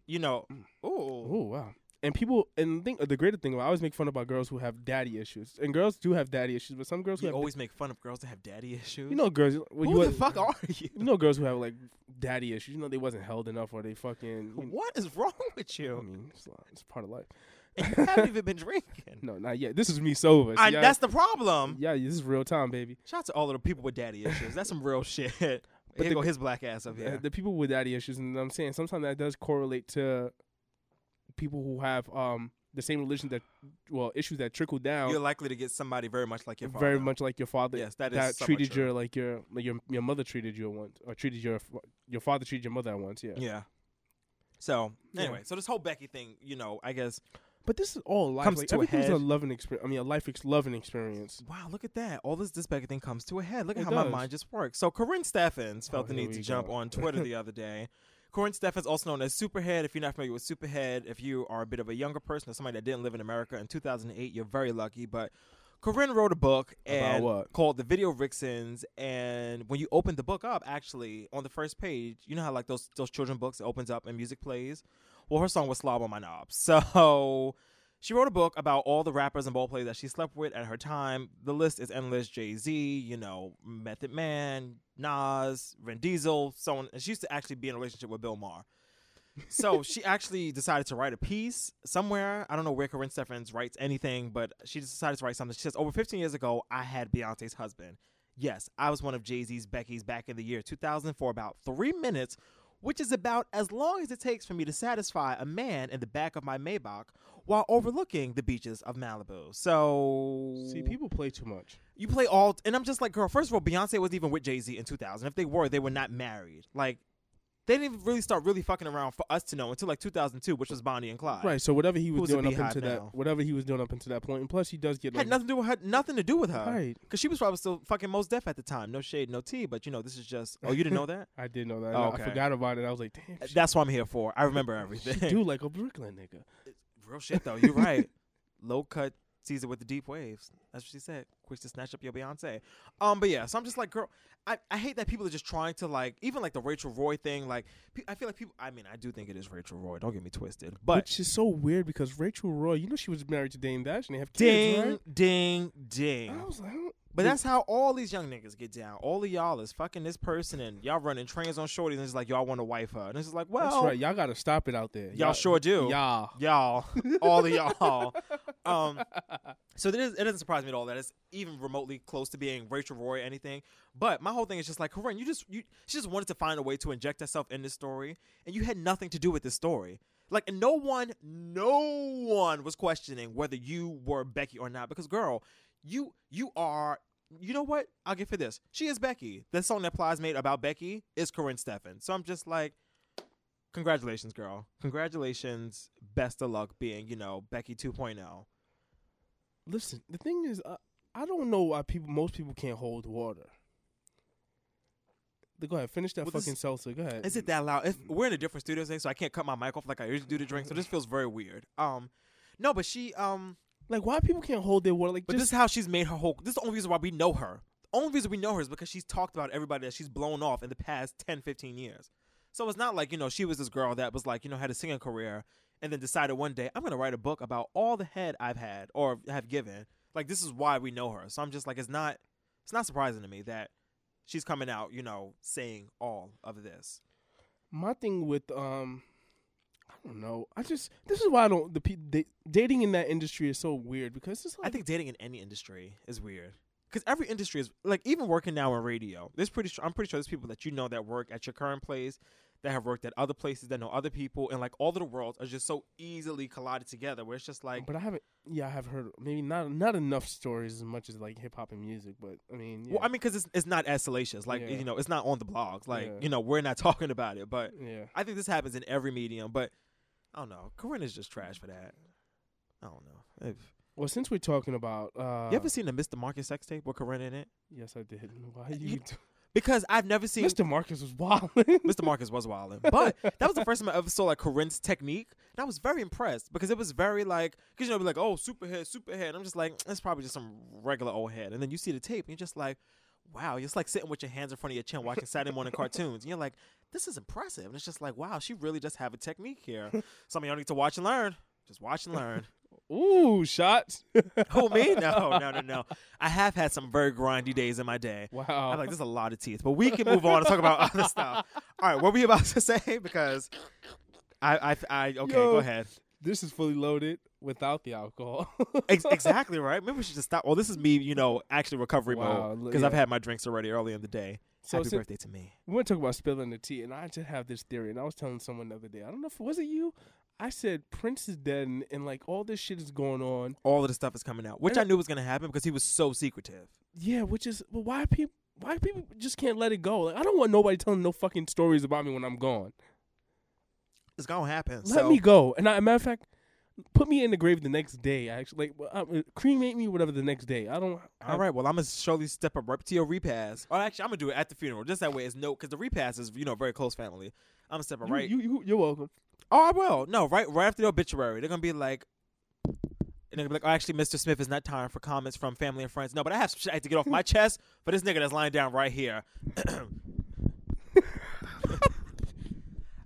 S1: you know, ooh,
S2: Oh wow. And people and think the greater thing about I always make fun about girls who have daddy issues, and girls do have daddy issues, but some girls
S1: we
S2: who have
S1: always make fun of girls that have daddy issues.
S2: you know girls well,
S1: who
S2: you
S1: the fuck are you?
S2: You know, girls who have like daddy issues. You know, they wasn't held enough, or they fucking. You know,
S1: What is wrong with
S2: I
S1: you?
S2: mean, it's, li- it's part of life.
S1: And you haven't even been drinking.
S2: No, not yet. This is me sober. so
S1: I,
S2: yeah,
S1: that's the problem.
S2: yeah, this is real time, baby.
S1: Shout out to all of the people with daddy issues. That's some real shit. here
S2: the-
S1: go his black ass up
S2: Uh,
S1: here.
S2: The people with daddy issues, and I'm saying sometimes that does correlate to people who have um the same religion that well issues that trickle down
S1: You're likely to get somebody very much like your father.
S2: Oh. very much like your father.
S1: Yes, that is somewhat
S2: treated
S1: true.
S2: your like your like your your mother treated you at once, or treated your f- your father treated your mother at once. Yeah.
S1: Yeah. So anyway, so this whole Becky thing, you know, I guess.
S2: But this is all life.
S1: Comes
S2: like,
S1: to a
S2: everything's
S1: head.
S2: loving experience. I mean, a life ex- loving experience.
S1: Wow, look at that! All this this Becky thing comes to a head. Look at
S2: It
S1: how my
S2: does.
S1: mind just works. So Corinne Steffens felt
S2: Oh,
S1: the
S2: here
S1: need to
S2: we
S1: jump
S2: go.
S1: on Twitter the other day. Corinne Steffens, also known as Superhead. If you're not familiar with Superhead, if you are a bit of a younger person or somebody that didn't live in America in 2008, you're very lucky. But Corinne wrote a book and
S2: what?
S1: called The Video Rixins. And when you open the book up, actually, on the first page, you know how like those those children books it opens up and music plays? Well, her song was Slob on My Knob. So she wrote a book about all the rappers and ballplayers that she slept with at her time. The list is endless: Jay Z, you know, Method Man, Nas, Vin Diesel, so on. And she used to actually be in a relationship with Bill Maher. so she actually decided to write a piece somewhere. I don't know where Corinne Stephens writes anything, but she just decided to write something. She says, "Over 15 years ago, I had Beyonce's husband. Yes, I was one of Jay Z's Becky's back in the year 2000 for about three minutes." Which is about as long as it takes for me to satisfy a man in the back of my Maybach while overlooking the beaches of Malibu. So
S2: See, people play too much.
S1: you play all, and I'm just like, girl. First of all, Beyonce wasn't even with Jay Z in 2000. If they were, they were not married. Like, they didn't even really start really fucking around for us to know until like 2002, which was Bonnie and Clyde.
S2: Right. So whatever he was
S1: Who's a
S2: doing up
S1: beehive
S2: into
S1: now?
S2: that, whatever he was doing up into that point, and plus he does get like,
S1: Had nothing to do with her. Nothing to do with her.
S2: Right.
S1: Because she was probably still fucking most deaf at the time. No shade, no tea. But you know, this is just. Oh, you didn't know that?
S2: I did know that.
S1: Oh,
S2: I-
S1: okay.
S2: I forgot about it. I was like, damn, shit,
S1: That's what I'm here for. I remember everything.
S2: dude, like a Brooklyn nigga.
S1: Real shit though. You're right. Low cut Sees it with the deep waves. That's what she said. Quick to snatch up your Beyonce. Um, but yeah, so I'm just like, girl, I, I hate that people are just trying to like, even like the Rachel Roy thing. Like, pe- I feel like people. I mean, I do think it is Rachel Roy. Don't get me twisted. But
S2: Which is so weird because Rachel Roy, you know, she was married to Dame Dash and they have kids,
S1: ding,
S2: right? Oh,
S1: ding, ding.
S2: I was like, I don't-
S1: But that's how all these young niggas get down. All of y'all is fucking this person, and y'all running trains on shorties, and it's like y'all want to wife her, and it's just like, well,
S2: that's right. Y'all got to stop it out there.
S1: Y'all sure do.
S2: Y'all.
S1: y'all, all of y'all. Um, so it, is, it doesn't surprise me at all that it's even remotely close to being Rachel Roy or anything. But my whole thing is just like, Corinne, you just you she just wanted to find a way to inject herself in this story, and you had nothing to do with this story. Like and no one, no one was questioning whether you were Becky or not because girl, you you are. You know what? I'll give for this. She is Becky. The song that Plies made about Becky is Corinne Steffen. So I'm just like, congratulations, girl. Congratulations. Best of luck being, you know, Becky oh. 2.0.
S2: Listen, the thing is, uh, I don't know why people, most people can't hold water. Go ahead, finish that
S1: Well, this
S2: fucking salsa. Go ahead.
S1: Is it that loud? If we're in a different studio today, so I can't cut my mic off like I usually do to drink. So this feels very weird. Um, no, but she um,
S2: like why people can't hold their water? Like
S1: but
S2: just
S1: this is how she's made her whole. This is the only reason why we know her. The only reason we know her is because she's talked about everybody that she's blown off in the past 10, 15 years. So it's not like you know she was this girl that was like you know had a singing career and then decided one day I'm gonna write a book about all the head I've had or have given. Like this is why we know her. So I'm just like it's not it's not surprising to me that she's coming out you know saying all of this.
S2: my thing with um I don't know. I just this is why I don't the pe- da- dating in that industry is so weird because it's like
S1: I think dating in any industry is weird because every industry is like even working now in radio. There's pretty sure I'm pretty sure there's people that you know that work at your current place that have worked at other places that know other people and like all of the worlds are just so easily collided together where it's just like
S2: but I haven't yeah, I have heard maybe not not enough stories as much as like hip hop and music, but I mean yeah.
S1: well I mean because it's it's not as salacious like
S2: Yeah.
S1: you know it's not on the blogs like
S2: Yeah.
S1: you know we're not talking about it but
S2: yeah.
S1: I think this happens in every medium but I don't know Corinne is just trash for that I don't know. If,
S2: Well, since we're talking about uh
S1: you ever seen the Mr. Market sex tape with Corinne in it?
S2: Yes, I did. Why
S1: You-
S2: you
S1: Because I've never seen
S2: Mr. Marcus was wild.
S1: Mr. Marcus was wilding, but that was the first time I ever saw like Corinne's technique, and I was very impressed because it was very like because you know be like oh super head super head. I'm just like that's probably just some regular old head, and then you see the tape and you're just like wow, you're just like sitting with your hands in front of your chin watching Saturday morning cartoons, and you're like this is impressive, and it's just like wow, she really does have a technique here. Something y'all need to watch and learn. Just watch and learn.
S2: Ooh, shots.
S1: Who me? Oh, No, no, no, no. I have had some very grindy days in my day.
S2: Wow.
S1: I'm like, there's a lot of teeth, but we can move on and talk about other stuff. All right, what were you about to say? Because I, I, I okay,
S2: Yo.
S1: go ahead.
S2: This is fully loaded without the alcohol.
S1: Ex- exactly right. Maybe we should just stop. Well, this is me, you know, actually recovery
S2: Wow,
S1: mode
S2: look,
S1: because I've
S2: yeah.
S1: had my drinks already early in the day.
S2: So
S1: Happy
S2: si-
S1: birthday to me.
S2: we want to talk about spilling the tea, and I just have this theory, and I was telling someone the other day. I don't know if was it you. I said Prince is dead, and, and like all this shit is going on.
S1: All of the stuff is coming out, which
S2: And-
S1: I knew was going to happen because he was so secretive.
S2: Yeah, which is well, why people why people just can't let it go. Like I don't want nobody telling no fucking stories about me when I'm gone.
S1: It's gonna happen.
S2: Let me go. And I, matter of fact, put me in the grave the next day. Actually, like uh, cremate me, whatever the next day. I don't. I-
S1: All right, well, I'm gonna surely step up right to your repast. Or actually, I'm gonna do it at the funeral, just that way it's no, because the repast is you know very close family. I'm gonna step up
S2: you,
S1: right.
S2: You, you you're welcome.
S1: oh, I will. No, right, right after the obituary, they're gonna be like, and they're gonna be like, oh, actually, Mr. Smith, it's not time for comments from family and friends. No, but I have some shit I have to get off my chest for this nigga that's lying down right here.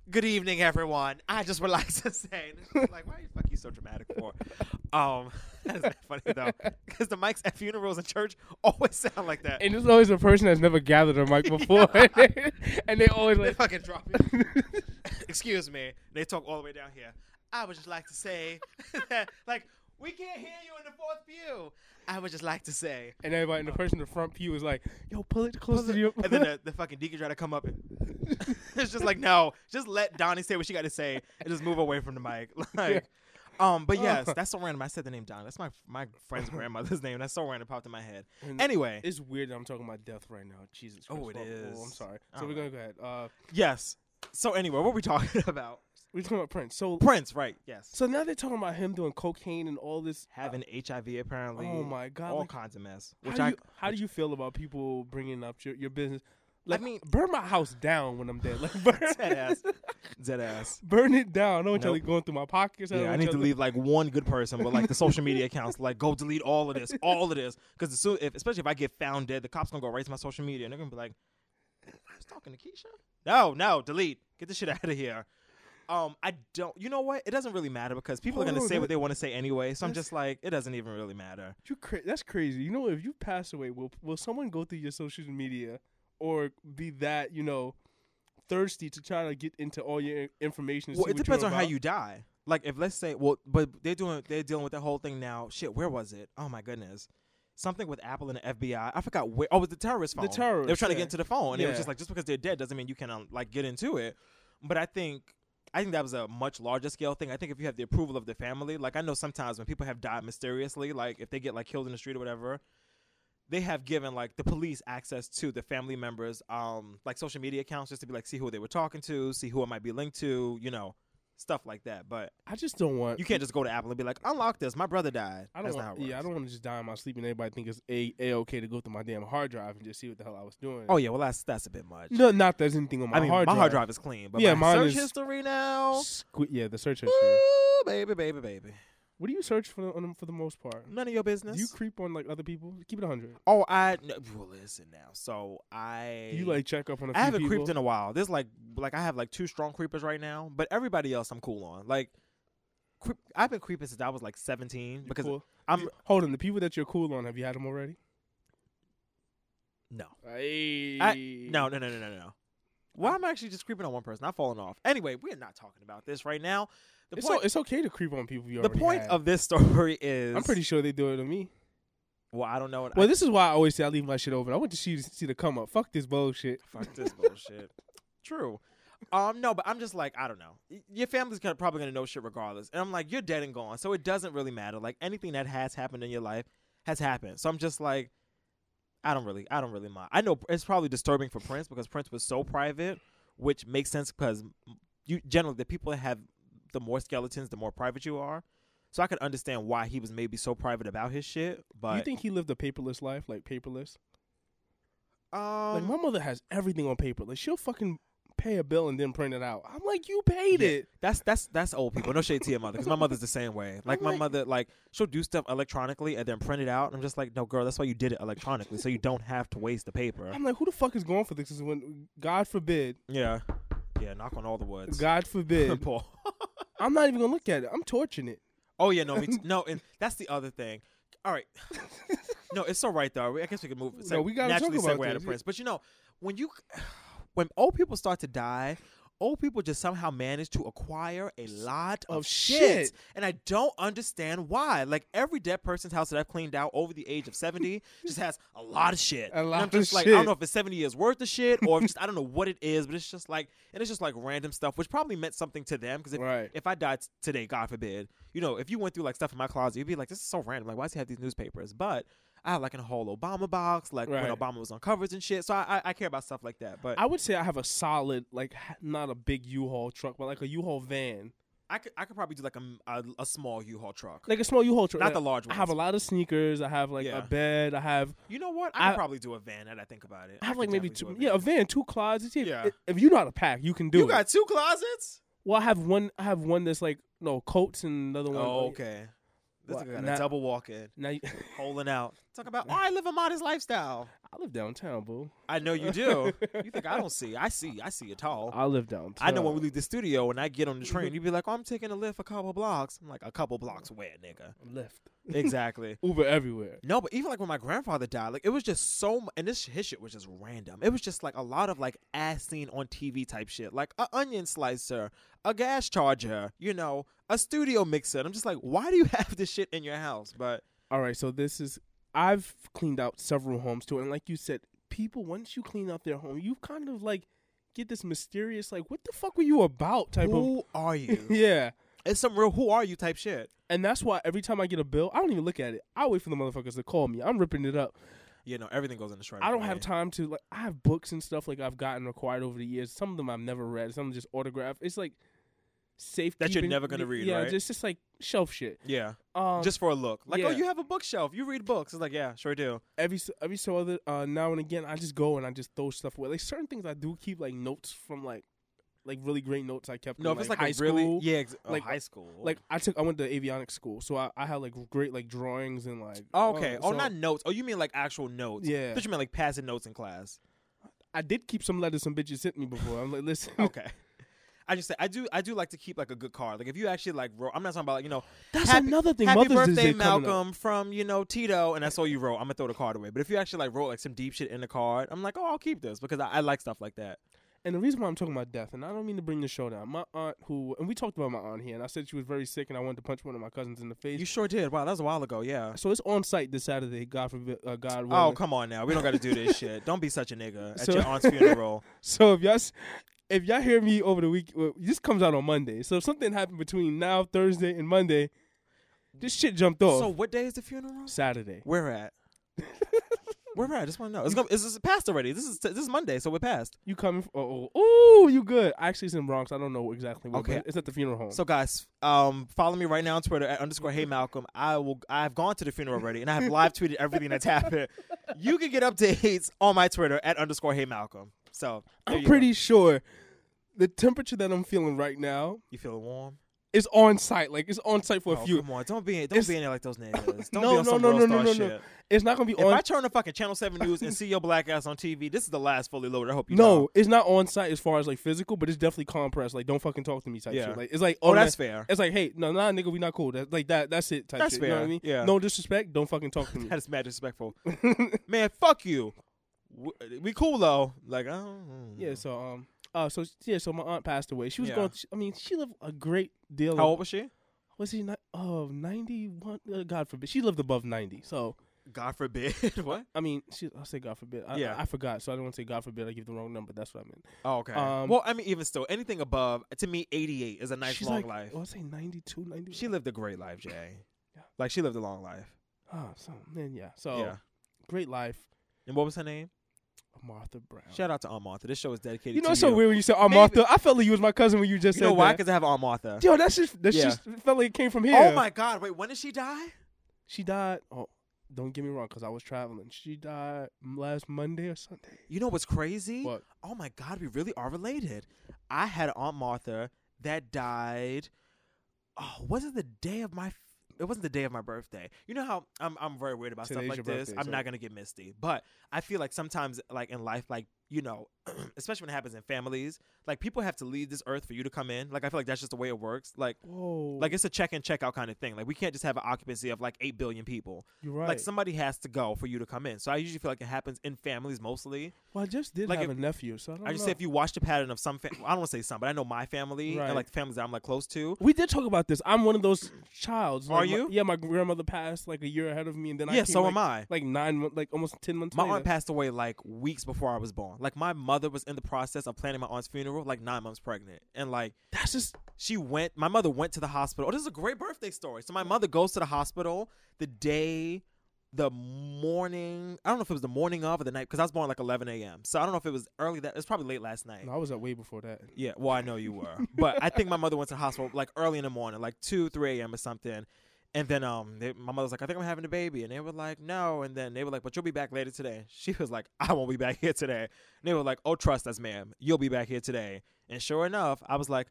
S1: Good evening, everyone. I just would like to say, and it's just like, why are you fuck you so dramatic for? Um, that is not funny though, because the mics at funerals and church always sound like that.
S2: And there's always a person that's never gathered a mic before, and they always
S1: they
S2: like.
S1: fucking drop it. Excuse me. They talk all the way down here. I would just like to say that, like, we can't hear you in the fourth pew. I would just like to say.
S2: And everybody, and the person in the front pew was like, "Yo, pull it closer to you."
S1: And then the, the fucking deacon try to come up and it's just like, no, just let Donnie say what she got to say and just move away from the mic. Like, um, but yes, that's so random. I said the name Donnie. That's my my friend's grandmother's name. That's so random. It popped in my head.
S2: And
S1: Anyway,
S2: it's weird that I'm talking about death right now. Jesus. Christ.
S1: Oh, it is.
S2: I'm sorry.
S1: I
S2: So
S1: don't
S2: we're
S1: know.
S2: gonna go ahead. Uh,
S1: yes. So anyway, what were we talking about?
S2: we're talking about Prince. So
S1: Prince, right? Yes.
S2: so now they're talking about him doing cocaine and all this.
S1: having HIV apparently.
S2: Oh my God,
S1: all
S2: like,
S1: kinds of mess.
S2: How
S1: Which
S2: do
S1: I
S2: you, how do you feel about people bringing up your, your business? Like,
S1: I mean-
S2: burn my house down when I'm dead. Like, burn,
S1: Dead ass. Dead ass.
S2: burn it down. I don't want y'all
S1: Nope.
S2: going through my pockets. don't
S1: Yeah, I
S2: want
S1: need
S2: y'all
S1: to leave like one good person, but like the social media accounts, like go delete all of this, all of this, because as soon, if, especially if I get found dead, the cops gonna go raise my social media and they're gonna be like, "I was talking to Keisha." No, no, delete. Get this shit out of here. Um, I don't. You know what? It doesn't really matter because people are
S2: Hold
S1: gonna
S2: on,
S1: say
S2: Oh, that-
S1: what they want to say anyway. So I'm
S2: that's-
S1: just like, it doesn't even really matter.
S2: You cra- that's crazy. You know, if you pass away, will will someone go through your social media or be that you know thirsty to try to get into all your in- information? and
S1: Well,
S2: see
S1: it
S2: what you're
S1: depends on how
S2: about?
S1: you die. Like if let's say, well, but they're doing they're dealing with the whole thing now. Shit, where was it? Oh my goodness, something with Apple and the FBI. I forgot where. Oh, it was the terrorist phone. They were
S2: terrorist,
S1: trying to
S2: yeah.
S1: get into the phone, and it was
S2: Yeah.
S1: just like just because they're dead doesn't mean you can um, like get into it. But I think. I think that was a much larger scale thing. I think if you have the approval of the family, like I know sometimes when people have died mysteriously, like if they get like killed in the street or whatever, they have given like the police access to the family members, um, like social media accounts just to be like see who they were talking to, see who it might be linked to, you know, stuff like that. But
S2: I just don't want.
S1: you can't just go to Apple and be like, unlock this. My brother died.
S2: I don't
S1: That's
S2: want,
S1: not how it works.
S2: yeah, I don't want to just die in my sleep and everybody think it's a a okay to go through my damn hard drive and just see what the hell I was doing.
S1: Oh yeah, well that's that's a bit much.
S2: no, not there's anything on my
S1: I mean,
S2: hard
S1: my
S2: drive.
S1: hard drive is clean, but
S2: Yeah,
S1: my
S2: mine
S1: search
S2: is-
S1: history now.
S2: Sque- yeah, the search history.
S1: Ooh, baby, baby, baby.
S2: What do you search for on, for the most part?
S1: None of your business.
S2: Do you creep on like other people? Keep it hundred.
S1: oh, I no, well, listen now. So I
S2: Do you like check up on a few
S1: I haven't
S2: people?
S1: creeped in a while. There's like like I have like two strong creepers right now, but everybody else I'm cool on. Like creep, I've been creeping since I was like 17 because
S2: cool.
S1: I'm
S2: Hold on, the people that you're cool on, have you had them already?
S1: no.
S2: Hey.
S1: I, no, no, no, no, no, no. Well, I'm actually just creeping on one person. I've fallen off. Anyway, we're not talking about this right now. The
S2: It's,
S1: point,
S2: o- it's okay to creep on people you
S1: the
S2: already
S1: point
S2: had.
S1: of this story is
S2: I'm pretty sure they do it to me.
S1: Well, I don't know what
S2: Well,
S1: I,
S2: this is why I always say I leave my shit open. I want to see see the come up. Fuck this bullshit.
S1: Fuck this bullshit. True. Um, no, but I'm just like, I don't know. Y- Your family's gonna, probably going to know shit regardless. And I'm like, you're dead and gone. So it doesn't really matter. Like anything that has happened in your life has happened. So I'm just like, I don't really, I don't really mind. I know it's probably disturbing for Prince because Prince was so private, which makes sense because you generally, the people that have the more skeletons, the more private you are. So I could understand why he was maybe so private about his shit. But
S2: you think he lived a paperless life, like paperless?
S1: um,
S2: like my mother has everything on paper. Like she'll fucking pay a bill and then print it out. I'm like, you paid
S1: Yeah,
S2: it.
S1: That's that's that's old people. No shade to your mother, because my mother's the same way. Like my mother, like she'll do stuff electronically and then print it out. And I'm just like, no, girl, that's why you did it electronically, so you don't have to waste the paper.
S2: I'm like, who the fuck is going for this? 'Cause when God forbid,
S1: Yeah, yeah. Knock on all the woods.
S2: God forbid,
S1: Paul.
S2: I'm not even gonna look at it. I'm torching it.
S1: oh yeah, no, me too. no, and that's the other thing. All right, no, it's all right though. I guess we can move.
S2: No, we gotta
S1: naturally
S2: talk about
S1: segue out of
S2: this.
S1: Prince. But you know, when you when old people start to die. Old people just somehow manage to acquire a lot of,
S2: Of shit.
S1: shit. and I don't understand why. Like every dead person's house that I've cleaned out over the age of seventy just has a lot of shit.
S2: A
S1: And
S2: lot
S1: I'm just
S2: of
S1: like, I
S2: shit.
S1: don't know if it's seventy years worth of shit or if just I don't know what it is, but it's just like, and it's just like random stuff, which probably meant something to them because if,
S2: Right.
S1: if I died t- today, God forbid, you know, if you went through like stuff in my closet, you'd be like, this is so random. Like, why does he have these newspapers? But I have like a whole Obama box, like when
S2: Right.
S1: Obama was on covers and shit. So I, I, I care about stuff like that. But
S2: I would say I have a solid, like, ha- not a big U-Haul truck, but like a U-Haul van,
S1: I could I could probably do like a m- a, a small U-Haul truck.
S2: like a small U-Haul truck.
S1: Not
S2: Like,
S1: the large
S2: I have a
S1: ones.
S2: lot of sneakers. I have like
S1: Yeah.
S2: a bed. I have
S1: you know what? I could
S2: I-
S1: probably do a van. Now that I think about it,
S2: I have
S1: could
S2: like maybe two,
S1: definitely do
S2: yeah, a van, two closets. Yeah,
S1: Yeah.
S2: If, if you know how to pack, you can do
S1: You
S2: it.
S1: got two closets?
S2: well, I have one. I have one that's like no coats and another one.
S1: Oh,
S2: like-
S1: okay. This
S2: Well,
S1: nigga got
S2: now-
S1: a double walk in,
S2: Now you,
S1: holding out. Talk about, oh, I live a modest lifestyle.
S2: I live downtown, boo.
S1: I know you do. you think I don't see? I see. I see it all.
S2: I live downtown.
S1: I know when we leave the studio and I get on the
S2: Mm-hmm.
S1: train, you'd be like, oh, I'm taking a lift a couple blocks. I'm like, a couple
S2: Mm.
S1: blocks where, nigga?
S2: lift
S1: Exactly.
S2: Uber everywhere.
S1: No, but even like when my grandfather died, like it was just so, mu- and this his shit was just random. It was just like a lot of like ass seen on TV type shit, like a onion slicer, a gas charger, you know, a studio mixer. And I'm just like, why do you have this shit in your house? But
S2: All right, so this is I've cleaned out several homes too, and like you said, people once you clean out their home, you kind of like get this mysterious like, what the fuck were you about type
S1: who are
S2: of
S1: you?
S2: yeah.
S1: it's some real who are you type shit.
S2: And that's why every time I get a bill, I don't even look at it. I wait for the motherfuckers to call me. I'm ripping it up.
S1: You know, everything goes in the shredder.
S2: I don't
S1: for
S2: have
S1: me.
S2: time to like. I have books and stuff like I've gotten acquired over the years. Some of them I've never read. Some just autographed. It's like safe
S1: you're never gonna read,
S2: Yeah,
S1: right?
S2: it's just like shelf shit.
S1: Yeah.
S2: Um,
S1: Just for a look. Like, oh,
S2: yeah.
S1: you have a bookshelf. You read books. It's like, yeah, sure do.
S2: every so, every so other uh, now and again, I just go and I just throw stuff away. Like certain things, I do keep like notes from like like really great notes I kept.
S1: No,
S2: from,
S1: if it's
S2: like,
S1: like
S2: high
S1: a really
S2: school.
S1: yeah, ex- oh,
S2: like-
S1: high school.
S2: Like I took, I went to avionics school, so I, I had like great like drawings and like.
S1: oh, okay. Oh,
S2: so
S1: not notes. Oh, you mean like actual notes?
S2: Yeah.
S1: But you mean like passing notes in class?
S2: I did keep some letters some bitches sent me before. I'm like, listen,
S1: Okay. I just say I do. I do like to keep like a good card. Like if you actually like wrote, I'm not talking about like you know.
S2: That's
S1: happy,
S2: another thing.
S1: Happy
S2: Mother's
S1: birthday,
S2: Day coming up.
S1: Malcolm, from you know Tito, and that's all you wrote. I'm gonna throw the card away. But if you actually like wrote like some deep shit in the card, I'm like, oh, I'll keep this because I, I like stuff like that.
S2: And the reason why I'm talking about death, and I don't mean to bring the show down. My aunt, who and we talked about my aunt here, and I said she was very sick, and I wanted to punch one of my cousins in the face.
S1: You sure did. Wow, that was a while ago. Yeah.
S2: so it's on site this Saturday. God forbid, uh, God willing.
S1: Oh, come on now. We don't got to do this shit. Don't be such a nigga at
S2: So-
S1: your aunt's funeral.
S2: So if y'all s- if y'all hear me over the week, well, this comes out on Monday. So if something happened between now Thursday and Monday, this shit jumped off
S1: So what day is the funeral?
S2: Saturday.
S1: Where at? Where at? I just want to know. It's gonna. It's, it's passed already. This is this is Monday, so we're past.
S2: You coming? f- Oh, oh, ooh, you good? Actually, it's in Bronx. I don't know exactly. Where,
S1: Okay.
S2: okay, it's at the funeral home.
S1: So guys, um, follow me right now on Twitter at underscore Hey Malcolm. I will. I've gone to the funeral already, and I have live tweeted everything that's happened. You can get updates on my Twitter at underscore Hey Malcolm. So there
S2: I'm
S1: you go.
S2: pretty sure the temperature that I'm feeling right now
S1: You feeling warm?
S2: is on site. Like it's on site for
S1: Oh,
S2: a few.
S1: come on, don't be don't
S2: It's-
S1: be in there like those niggas. Don't be
S2: No,
S1: on
S2: no,
S1: some
S2: no,
S1: World
S2: no,
S1: Star
S2: no, no,
S1: shit.
S2: no. It's not gonna be
S1: If
S2: on.
S1: I turn to fucking Channel Seven News and see your black ass on TV, this is the last fully loaded. I hope you
S2: no,
S1: know.
S2: it's not on site as far as like physical, but it's definitely compressed. Like, don't fucking talk to me type
S1: Yeah.
S2: shit. Like, it's like,
S1: Oh,
S2: on
S1: that's
S2: that-
S1: fair.
S2: It's like, hey, no, nah, nigga, we not cool. That, like that, that's it. Type
S1: That's
S2: shit. You know
S1: fair.
S2: what I mean?
S1: Yeah.
S2: No disrespect. Don't fucking talk to me.
S1: That is mad disrespectful. Man, fuck you. We, we cool though. Like I don't.
S2: yeah. So um, uh, so yeah, so my aunt passed away. She was
S1: Yeah.
S2: going. I mean, she lived a great deal.
S1: How
S2: of,
S1: old was she?
S2: was he? Not, oh, 91? Uh, God forbid. She lived above ninety. So
S1: God forbid. what?
S2: I mean, she. I say God forbid. I,
S1: Yeah.
S2: I, I forgot. So I don't want to say God forbid. I give the wrong number. That's what I meant.
S1: Oh, okay.
S2: Um,
S1: well, I mean, even still, anything above to me, eighty-eight is a nice
S2: She's
S1: long
S2: like,
S1: life.
S2: Oh, I say 92, 91.
S1: She lived a great life, Jay.
S2: Yeah.
S1: Like she lived a long life.
S2: Oh, so man, yeah. So
S1: Yeah.
S2: great life.
S1: And what was her name?
S2: Martha Brown.
S1: Shout out to Aunt Martha. This show is dedicated.
S2: you know,
S1: to
S2: it's so weird when you said Aunt
S1: Maybe-
S2: Martha. I felt like you was my cousin when you just
S1: You
S2: said
S1: know why?
S2: that.
S1: Because I have Aunt Martha.
S2: Yo, that's just that's
S1: Yeah.
S2: just felt like it came from here.
S1: Oh my God! Wait, when did she die?
S2: She died. Oh, don't get me wrong, because I was traveling. She died m- last Monday or Sunday.
S1: You know what's crazy?
S2: What?
S1: Oh my God, we really are related. I had Aunt Martha that died. Oh, was it the day of my? It wasn't the day of my birthday. You know how I'm I'm very weird about
S2: Today's
S1: stuff like
S2: your
S1: this.
S2: birthday,
S1: I'm
S2: so-
S1: not gonna get misty, but I feel like sometimes, like in life, like you know, especially when it happens in families, like people have to leave this earth for you to come in. Like I feel like that's just the way it works. Like
S2: Whoa.
S1: like it's a check in check out kind of thing. Like we can't just have an occupancy of like eight billion people.
S2: you're right.
S1: Like somebody has to go for you to come in. So I usually feel like it happens in families mostly.
S2: well, I just did
S1: like
S2: have
S1: if-
S2: a nephew, so I don't
S1: I just
S2: know.
S1: say if you watch the pattern of some, fam- I don't want to say some, but I know my family
S2: Right.
S1: and like the families that I'm like close to.
S2: we did talk about this. I'm one of those childs. like
S1: Are
S2: my-
S1: you?
S2: yeah, my grandmother passed like a year ahead of me, and then I
S1: Yeah,
S2: came,
S1: so
S2: like,
S1: am I.
S2: Like nine, mon- like almost ten months.
S1: My
S2: later.
S1: aunt passed away like weeks before I was born. Like my mother was in the process of planning my aunt's funeral, like nine months pregnant, and like
S2: That's just
S1: she went. My mother went to the hospital. Oh, this is a great birthday story. So my mother goes to the hospital the day, the morning. I don't know if it was the morning of or the night because I was born like 11 a.m. So I don't know if it was early. That it was probably late last night.
S2: No, I was up way before that.
S1: Yeah, well, I know you were, but I think my mother went to the hospital like early in the morning, like two, three a.m. or something. And then um, they, my mother's like, I think I'm having a baby, and they were like, No. And then they were like, But you'll be back later today. She was like, I won't be back here today. And they were like, Oh, trust us, ma'am, you'll be back here today. And sure enough, I was like,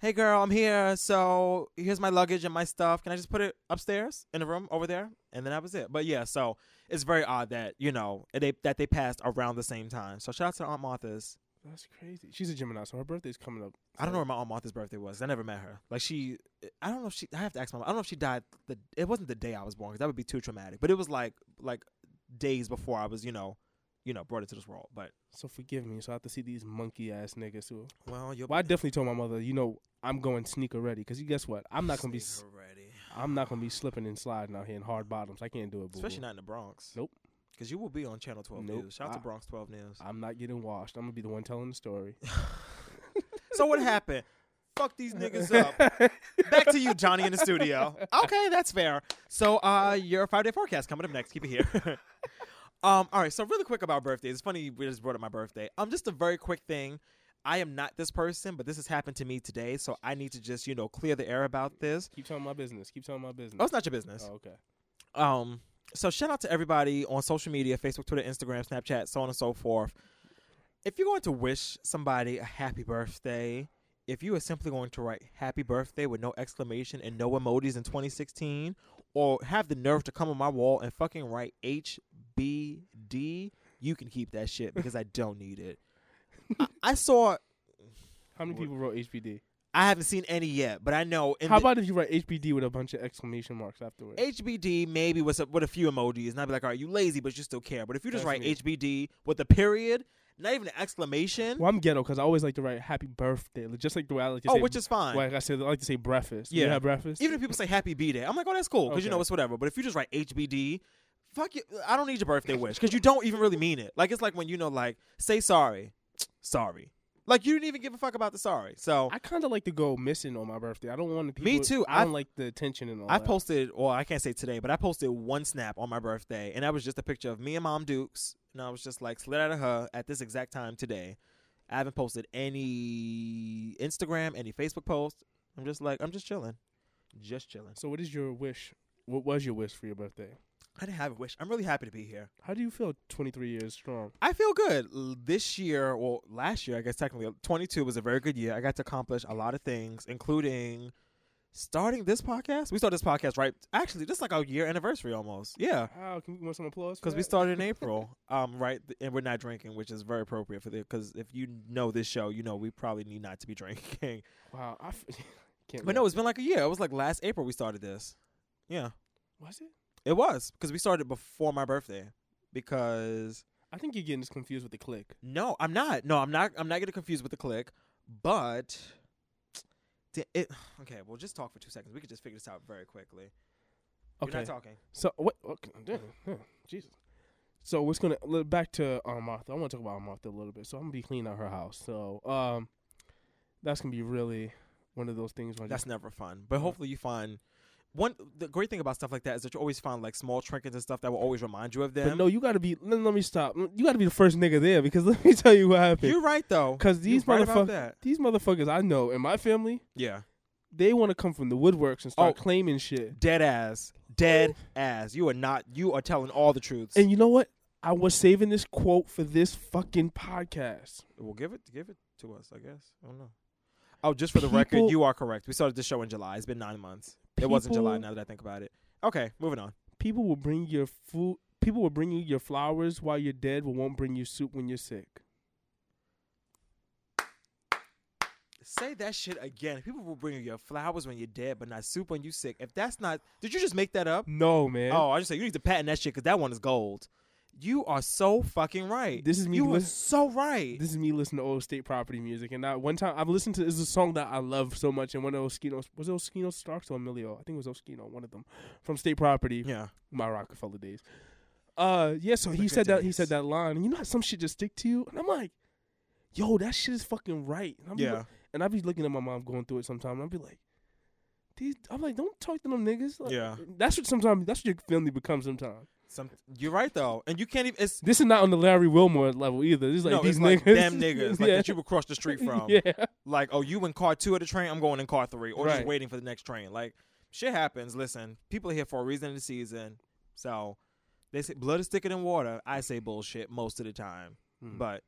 S1: Hey, girl, I'm here. So here's my luggage and my stuff. Can I just put it upstairs in the room over there? And then that was it. But yeah, so it's very odd that you know they that they passed around the same time. So shout out to Aunt Martha's.
S2: That's crazy. She's a Gemini, so her birthday's coming up.
S1: I don't know where my aunt Martha's birthday was. I never met her. Like she, I don't know if she. I have to ask my mom. I don't know if she died. The it wasn't the day I was born 'cause that would be too traumatic. But it was like like days before I was, you know, you know, brought into this world. But
S2: So forgive me. So I have to see these monkey ass niggas who.
S1: well, you're
S2: Well, I definitely told my mother, you know, I'm going sneaker ready because you guess what? I'm not gonna be, s-
S1: ready,
S2: I'm not gonna be slipping and sliding out here in hard bottoms. I can't do it, boo.
S1: especially not in the Bronx.
S2: Nope.
S1: Because you will be on Channel 12
S2: Nope.
S1: News. Shout out to
S2: I-
S1: Bronx 12 News.
S2: I'm not getting washed. I'm gonna be the one telling the story.
S1: so what happened? Fuck these niggas up. Back to you, Johnny, in the studio. Okay, that's fair. So uh your five day forecast coming up next. Keep it here. um, all right, so really quick about birthdays. It's funny we just brought up my birthday. Um, just a very quick thing. I am not this person, but this has happened to me today, so I need to just you know clear the air about this.
S2: Keep telling my business. Keep telling my business.
S1: Oh, it's not your business.
S2: Oh, okay.
S1: Um, so shout out to everybody on social media, Facebook, Twitter, Instagram, Snapchat, so on and so forth. If you're going to wish somebody a happy birthday, if you are simply going to write happy birthday with no exclamation and no emojis in 2016, or have the nerve to come on my wall and fucking write HBD, you can keep that shit because I don't need it. I, I saw,
S2: How many people wrote HBD?
S1: I haven't seen any yet, but I know. In
S2: How
S1: the-
S2: about if you write HBD with a bunch of exclamation marks afterwards?
S1: HBD maybe with a, with a few emojis, and I'd be like, all right, you lazy, but you still care. But if you just
S2: That's
S1: write
S2: me.
S1: HBD with a period, not even an exclamation,
S2: Well, I'm ghetto because I always like to write happy birthday, like, just like the way I like to
S1: Oh,
S2: say.
S1: which is fine.
S2: Like I said, I like to say breakfast. Yeah,
S1: Yeah.
S2: you have breakfast.
S1: even if people say Happy B Day, I'm like, oh, that's cool, because you
S2: Okay.
S1: know it's whatever. But if you just write HBD, fuck you, I don't need your birthday wish, because you don't even really mean it. Like it's like when you know, like say sorry, sorry, like you didn't even give a fuck about the sorry. So
S2: I kind of like to go missing on my birthday. I don't want to.
S1: Me too.
S2: I don't
S1: I've-
S2: like the attention and all.
S1: I
S2: that.
S1: posted, well, I can't say today, but I posted one snap on my birthday, and that was just a picture of me and Mom Dukes, and I was just like slid out of her at this exact time today. I haven't posted any Instagram, any Facebook post. I'm just like, I'm just chilling, just chilling.
S2: So, what is your wish? What was your wish for your birthday?
S1: I didn't have a wish. I'm really happy to be here.
S2: How do you feel? 23 years strong.
S1: I feel good. L- This year, well, last year, I guess technically, 22 was a very good year. I got to accomplish a lot of things, including starting this podcast. We started this podcast right. Actually, this is like our year anniversary almost. Yeah.
S2: How can you want some applause?
S1: because we started in April, um, right? th- And we're not drinking, which is very appropriate for the. Because if you know this show, you know we probably need not to be drinking.
S2: Wow. I f- can't.
S1: But no,
S2: wait.
S1: it's been like a year. It was like last April we started this. Yeah,
S2: was it?
S1: it was because we started before my birthday. Because
S2: I think you're getting this confused with the click.
S1: no, I'm not. No, I'm not. I'm not getting confused with the click. But di- it okay. We'll just talk for two seconds. We could just figure this out very quickly. You're
S2: Okay.
S1: not talking.
S2: So what? Okay, damn, yeah, Jesus. So what's gonna li- back to um, Martha? I want to talk about Martha a little bit. So I'm gonna be cleaning out her house. So um, that's gonna be really one of those things. Where I
S1: That's
S2: just,
S1: never fun. But hopefully you find one. The great thing about stuff like that is that you always find like small trinkets and stuff that will always remind you of them.
S2: but no, you gotta be. Let, let me stop. Mm, You gotta be the first nigga there because let me tell you what happened.
S1: You're right though,
S2: Because
S1: You're
S2: these
S1: right about
S2: motherfuckers,
S1: that.
S2: these motherfuckers I know in my family,
S1: Yeah,
S2: they want to come from the woodworks and start
S1: Oh.
S2: claiming shit.
S1: dead ass, dead ass. You are not. You are telling all the truths.
S2: And you know what? I was saving this quote for this fucking podcast.
S1: well, give it, give it to us. I guess. I don't know. Oh, just for the record,
S2: People-
S1: you are correct. We started this show in July. It's been nine months. it wasn't July.
S2: People-
S1: Now that I think about it. Okay, moving on.
S2: People will bring your food. People will bring you your flowers while you're dead, but won't bring you soup when you're sick.
S1: Say that shit again. People will bring you your flowers when you're dead, but not soup when you sick. If that's not, did you just make that up?
S2: No, man.
S1: Oh, I just say you need to patent that shit because that one is gold. You are so fucking right.
S2: This is me
S1: You are
S2: listen-
S1: so right.
S2: This is me listening to old state property music, and that one time I've listened to is a song that I love so much. And one of Oskino was it Oskino Starks or Emilio? I think it was Oskino, one of them from State Property.
S1: yeah.
S2: my Rockefeller days. Uh, yeah. So he
S1: good
S2: said that he
S1: days.
S2: said that line. And you know how some shit just stick to you, and I'm like, yo, that shit is fucking right. And I'm
S1: Yeah.
S2: and I be looking at my mom going through it sometimes. And I be like, these. I'm like, don't talk to them niggas. Like,
S1: Yeah.
S2: That's what sometimes. That's what your family becomes sometimes.
S1: Some, you're right though, and you can't even. It's
S2: This is not on the Larry Wilmore level either. This is like
S1: no,
S2: these
S1: it's
S2: niggas,
S1: like damn niggas like
S2: Yeah.
S1: that you would cross the street from.
S2: yeah.
S1: Like, oh, you in car two of the train? I'm going in car three, or just
S2: Right.
S1: waiting for the next train. Like, shit happens. Listen, people are here for a reason in the season, so they say blood is thicker than water. I say bullshit most of the time,
S2: Hmm.
S1: but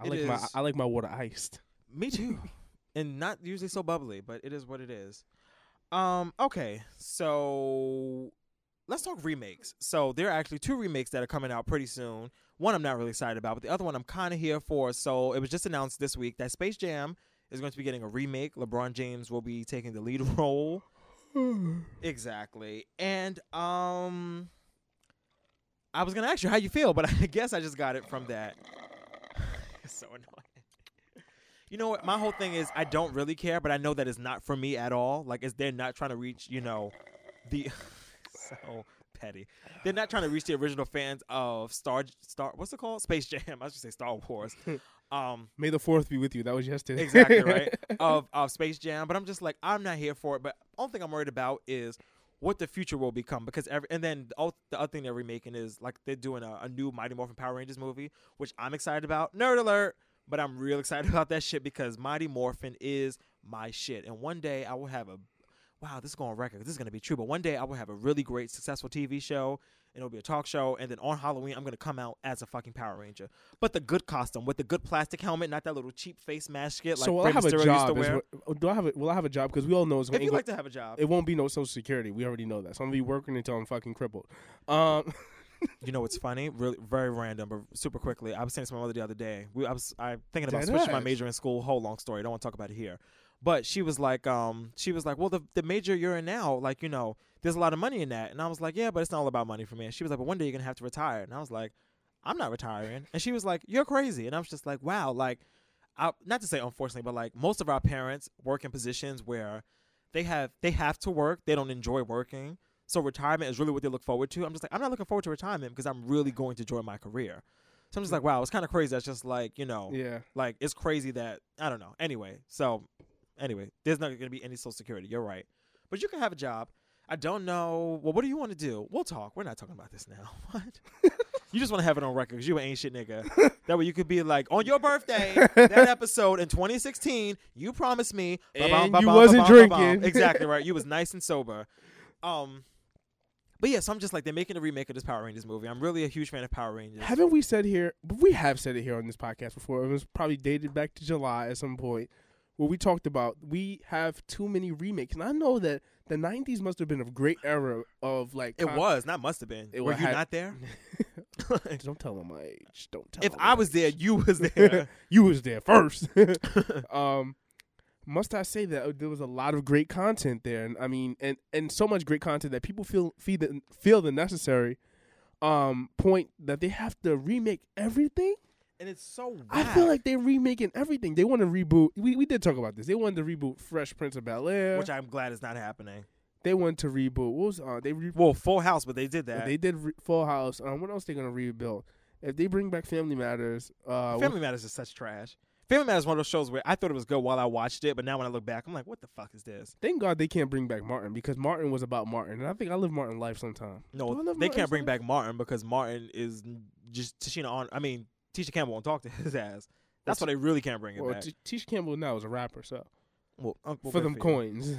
S2: I
S1: It
S2: like my
S1: is-
S2: I like my water iced.
S1: Me too. and not usually so bubbly, but it is what it is. Um, okay, so let's talk remakes. So there are actually two remakes that are coming out pretty soon. One I'm not really excited about, but the other one I'm kind of here for. So it was just announced this week that Space Jam is going to be getting a remake. LeBron James will be taking the lead role. exactly. And um I was going to ask you how you feel, but I guess I just got it from that. it's so annoying. You know what? My whole thing is I don't really care, but I know that it's not for me at all. Like, it's they're not trying to reach, you know, the so petty. They're not trying to reach the original fans of Star Star. What's it called? Space Jam. I should say Star Wars. Um,
S2: May the fourth be with you. That was yesterday.
S1: exactly right of of Space Jam. But I'm just like I'm not here for it. But only thing I'm worried about is what the future will become because every and then the, oth- the other thing they're remaking is like they're doing a, a new Mighty Morphin Power Rangers movie, which I'm excited about. Nerd alert! But I'm real excited about that shit because Mighty Morphin is my shit. And one day I will have a wow, this is going on record. This is going to be true. But one day I will have a really great, successful TV show, and it'll be a talk show. And then on Halloween, I'm going to come out as a fucking Power Ranger, but the good costume with the good plastic helmet, not that little cheap face mask shit. Like
S2: so will I
S1: Rey
S2: have a
S1: Mysterio
S2: job?
S1: Used
S2: is
S1: to wear.
S2: what- do I have a, will I have a job? Because we all know it's
S1: If
S2: going
S1: you like to have a job,
S2: it won't be no social security. We already know that. So I'm gonna be working until I'm fucking crippled. Um,
S1: you know what's funny? Really, very random, but super quickly. I was saying this to my mother the other day. We, I was I thinking about
S2: Dead
S1: switching my
S2: ass.
S1: major in school. Whole long story. Don't want to talk about it here. But she was like, um, she was like, well, the the major you're in now, like you know, there's a lot of money in that. And I was like, yeah, but it's not all about money for me. And she was like, but one day you're gonna have to retire. And I was like, I'm not retiring. And she was like, you're crazy. And I was just like, wow, like, I, not to say unfortunately, but like most of our parents work in positions where they have they have to work. They don't enjoy working. So retirement is really what they look forward to. I'm just like, I'm not looking forward to retirement because I'm really going to enjoy my career. So I'm just like, wow, it's kind of crazy. That's just like, you know,
S2: yeah.
S1: like it's crazy that I don't know. Anyway, so anyway, there's not going to be any social security. You're right, but you can have a job. I don't know. Well, what do you want to do? We'll talk. We're not talking about this now. What? you just want to have it on record because you an ain't shit nigga. that way you could be like on your birthday that episode in 2016. You promised me.
S2: And you wasn't drinking.
S1: Exactly right. You was nice and sober. Um. But yeah, so I'm just like they're making a remake of this Power Rangers movie. I'm really a huge fan of Power Rangers.
S2: Haven't we said here? But we have said it here on this podcast before. It was probably dated back to July at some point, where we talked about we have too many remakes, and I know that the '90s must have been a great era of like.
S1: It
S2: con-
S1: was not must have been.
S2: It
S1: Were
S2: wa-
S1: you
S2: had-
S1: not there?
S2: Don't tell them my age. Don't tell.
S1: if
S2: them
S1: I
S2: my
S1: was there,
S2: age.
S1: you was there.
S2: you was there first. um, must I say that uh, there was a lot of great content there, and I mean, and and so much great content that people feel feel the, feel the necessary um point that they have to remake everything.
S1: and it's so whack.
S2: I feel like they're remaking everything. They want to reboot. We we did talk about this. They wanted to reboot Fresh Prince of Bel Air.
S1: which I'm glad is not happening.
S2: They wanted to reboot. What was uh, they re-
S1: Well, Full House, but they did that.
S2: they did re- Full House. Um, what else they gonna rebuild? If they bring back Family Matters, uh,
S1: Family Matters is such trash. Family Matters is one of those shows where I thought it was good while I watched it, but now when I look back, I'm like, what the fuck is this?
S2: Thank God they can't bring back Martin because Martin was about Martin, and I think I live Martin life sometime. Do
S1: No,
S2: I live
S1: they
S2: Martin's
S1: can't bring
S2: life?
S1: back Martin because Martin is just Tashina on. I mean, Tisha Campbell won't talk to his ass. That's why they really can't bring it
S2: Well,
S1: back.
S2: T- Tisha Campbell now is a rapper, so
S1: well, um, well,
S2: for
S1: good
S2: them
S1: you.
S2: coins,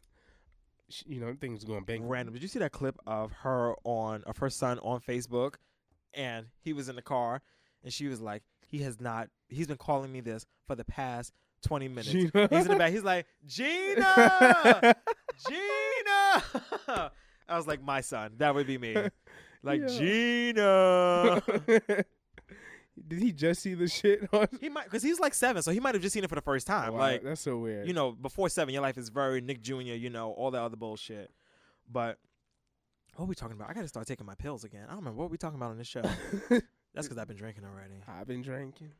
S2: Sh- you know things going bang.
S1: Random. Did you see that clip of her on of her son on Facebook, and he was in the car, and she was like, "He has not. He's been calling me this for the past twenty minutes.
S2: Gina.
S1: He's in the back. He's like, Gina, Gina. I was like, my son. That would be me. Like
S2: Yeah.
S1: Gina.
S2: Did he just see the shit? On-
S1: he might because he's like seven, so he might have just seen it for the first time.
S2: Wow,
S1: like
S2: that's so weird.
S1: you know, before seven, your life is very Nick Jr., you know, all that other bullshit. But what are we talking about? I got to start taking my pills again. I don't remember what we talking about on this show. That's because I've been drinking already.
S2: I've been drinking.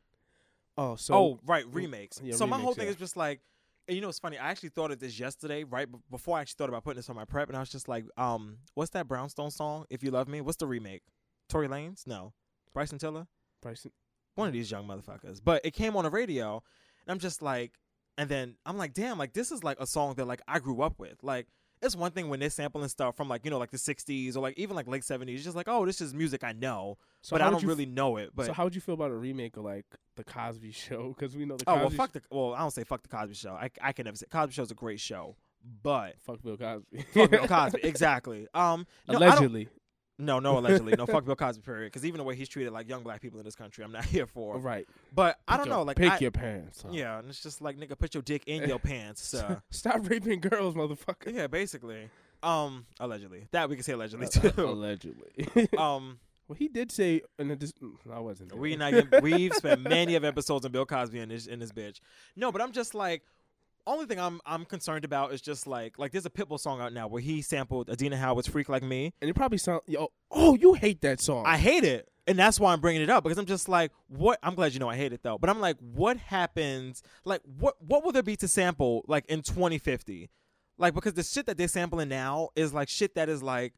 S2: Oh, so
S1: oh, right, remakes.
S2: yeah,
S1: so my whole
S2: remakes,
S1: thing
S2: yeah.
S1: is just like, and you know, it's funny. I actually thought of this yesterday, right b- before I actually thought about putting this on my prep, and I was just like, um, what's that Brownstone song? If you love me, what's the remake? Tory Lanez? No, Bryson Tiller.
S2: Bryson.
S1: one of these young motherfuckers. But it came on the radio, and I'm just like, and then I'm like, damn, like this is like a song that like I grew up with. Like it's one thing when they're sampling stuff from like you know like the '60s or like even like late '70s. It's just like, oh, this is music I know,
S2: So
S1: but
S2: how
S1: I
S2: would
S1: don't
S2: you
S1: really know it. But
S2: so how would you feel about a remake of like the Cosby Show? Because we know the
S1: oh
S2: Cosby
S1: well, fuck the well, I don't say fuck the Cosby Show. I I can never say Cosby Show's a great show, but
S2: fuck Bill Cosby.
S1: fuck Bill Cosby exactly. Um, no, I don't-
S2: Allegedly,
S1: no, no, allegedly, no, fuck Bill Cosby period. Because even the way he's treated like young black people in this country, I'm not here for.
S2: right?
S1: But I
S2: Pick
S1: don't
S2: your-
S1: know, like
S2: pick
S1: I-
S2: your pants. up.
S1: Yeah, uh, and it's just like nigga, put your dick in your pants, sir.
S2: Stop raping girls, motherfucker.
S1: yeah, basically. Um, allegedly. That we can say allegedly too.
S2: Uh, Allegedly.
S1: um,
S2: well, he did say, and it just, mm, I wasn't. There.
S1: we not get, we've spent many of episodes on Bill Cosby in this in this bitch. No, but I'm just like, only thing I'm I'm concerned about is just like like there's a Pitbull song out now where he sampled Adina Howard's "Freak Like Me."
S2: and it probably sound yo. Oh, you hate that song.
S1: I hate it. And that's why I'm bringing it up because I'm just like, what? I'm glad you know I hate it though. But I'm like, what happens? Like, what what will there be to sample like in 2050? Like, because the shit that they're sampling now is like shit that is like,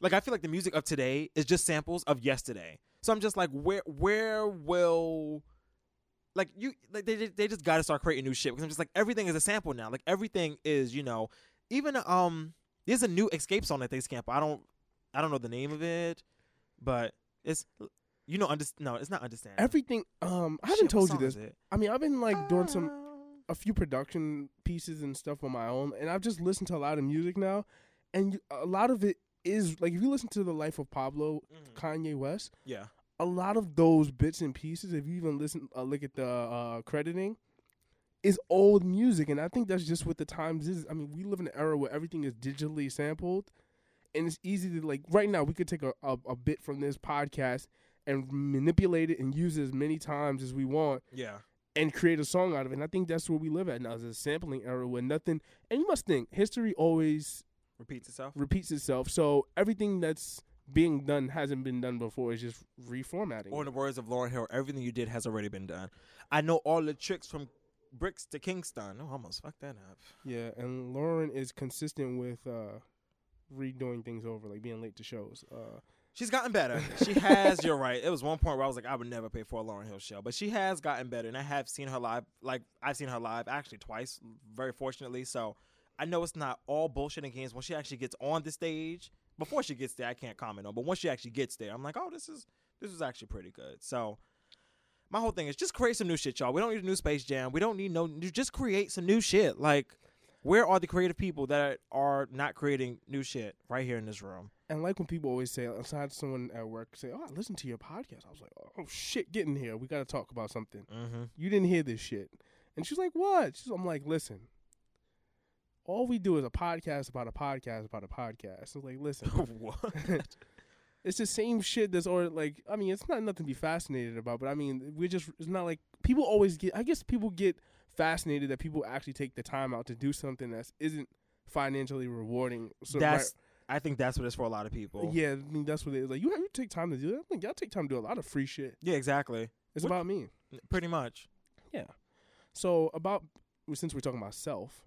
S1: like I feel like the music of today is just samples of yesterday. So I'm just like, where where will like you like they ju- they just got to start creating new shit because I'm just like everything is a sample now. Like everything is you know even um there's a new escape song that they sample. I don't I don't know the name of it, but it's You know, under, no, it's not understand.
S2: Everything. Um, I
S1: Shit,
S2: haven't
S1: what
S2: told you
S1: song is
S2: this.
S1: it? Uh.
S2: I mean, I've been like doing some a few production pieces and stuff on my own, and I've just listened to a lot of music now, and you- a lot of it is like if you listen to the Life of Pablo,
S1: Mm.
S2: Kanye West,
S1: Yeah.
S2: a lot of those bits and pieces, if you even listen, uh, look at the uh, crediting, is old music, and I think that's just what the times is. I mean, we live in an era where everything is digitally sampled, and it's easy to like right now we could take a, a, a bit from this podcast and manipulate it and use it as many times as we want
S1: Yeah.
S2: and create a song out of it. And I think that's where we live at now is a sampling era where nothing. And you must think history always
S1: Repeats itself.
S2: repeats itself, so everything that's being done hasn't been done before. It's just reformatting.
S1: Or in the words of Lauren Hill, everything you did has already been done. I know all the tricks from bricks to Kingston. No, I almost fucked that up.
S2: Yeah, and Lauren is consistent with uh redoing things over, like being late to shows. Uh
S1: She's gotten better. She has. You're right. It was one point where I was like, I would never pay for a Lauren Hill show, but she has gotten better, and I have seen her live. Like I've seen her live actually twice, very fortunately. So I know it's not all bullshit and games. When she actually gets on the stage, before she gets there, I can't comment on. But once she actually gets there, I'm like, oh, this is this is actually pretty good. So my whole thing is just create some new shit, y'all. We don't need a new Space Jam. We don't need no. new- Just create some new shit. Like, where are the creative people that are not creating new shit right here in this room?
S2: and like when people always say, I had someone at work say, "Oh, I listened to your podcast." I was like, "Oh shit, get in here. We got to talk about something." You didn't hear this shit, and she's like, "What?" She's, I'm like, "Listen, all we do is a podcast about a podcast about a podcast." I was like, "Listen,
S1: what?
S2: it's the same shit that's or like I mean it's not nothing to be fascinated about, but I mean we're just it's not like people always get I guess people get fascinated that people actually take the time out to do something that isn't financially rewarding. So
S1: that's I think that's what it's for a lot of people.
S2: right- yeah, I mean that's what it is. Like you have you take time to do that. Like y'all take time to do a lot of free shit.
S1: Yeah, exactly.
S2: It's about me.
S1: Pretty much.
S2: Yeah. So about since we're talking about self,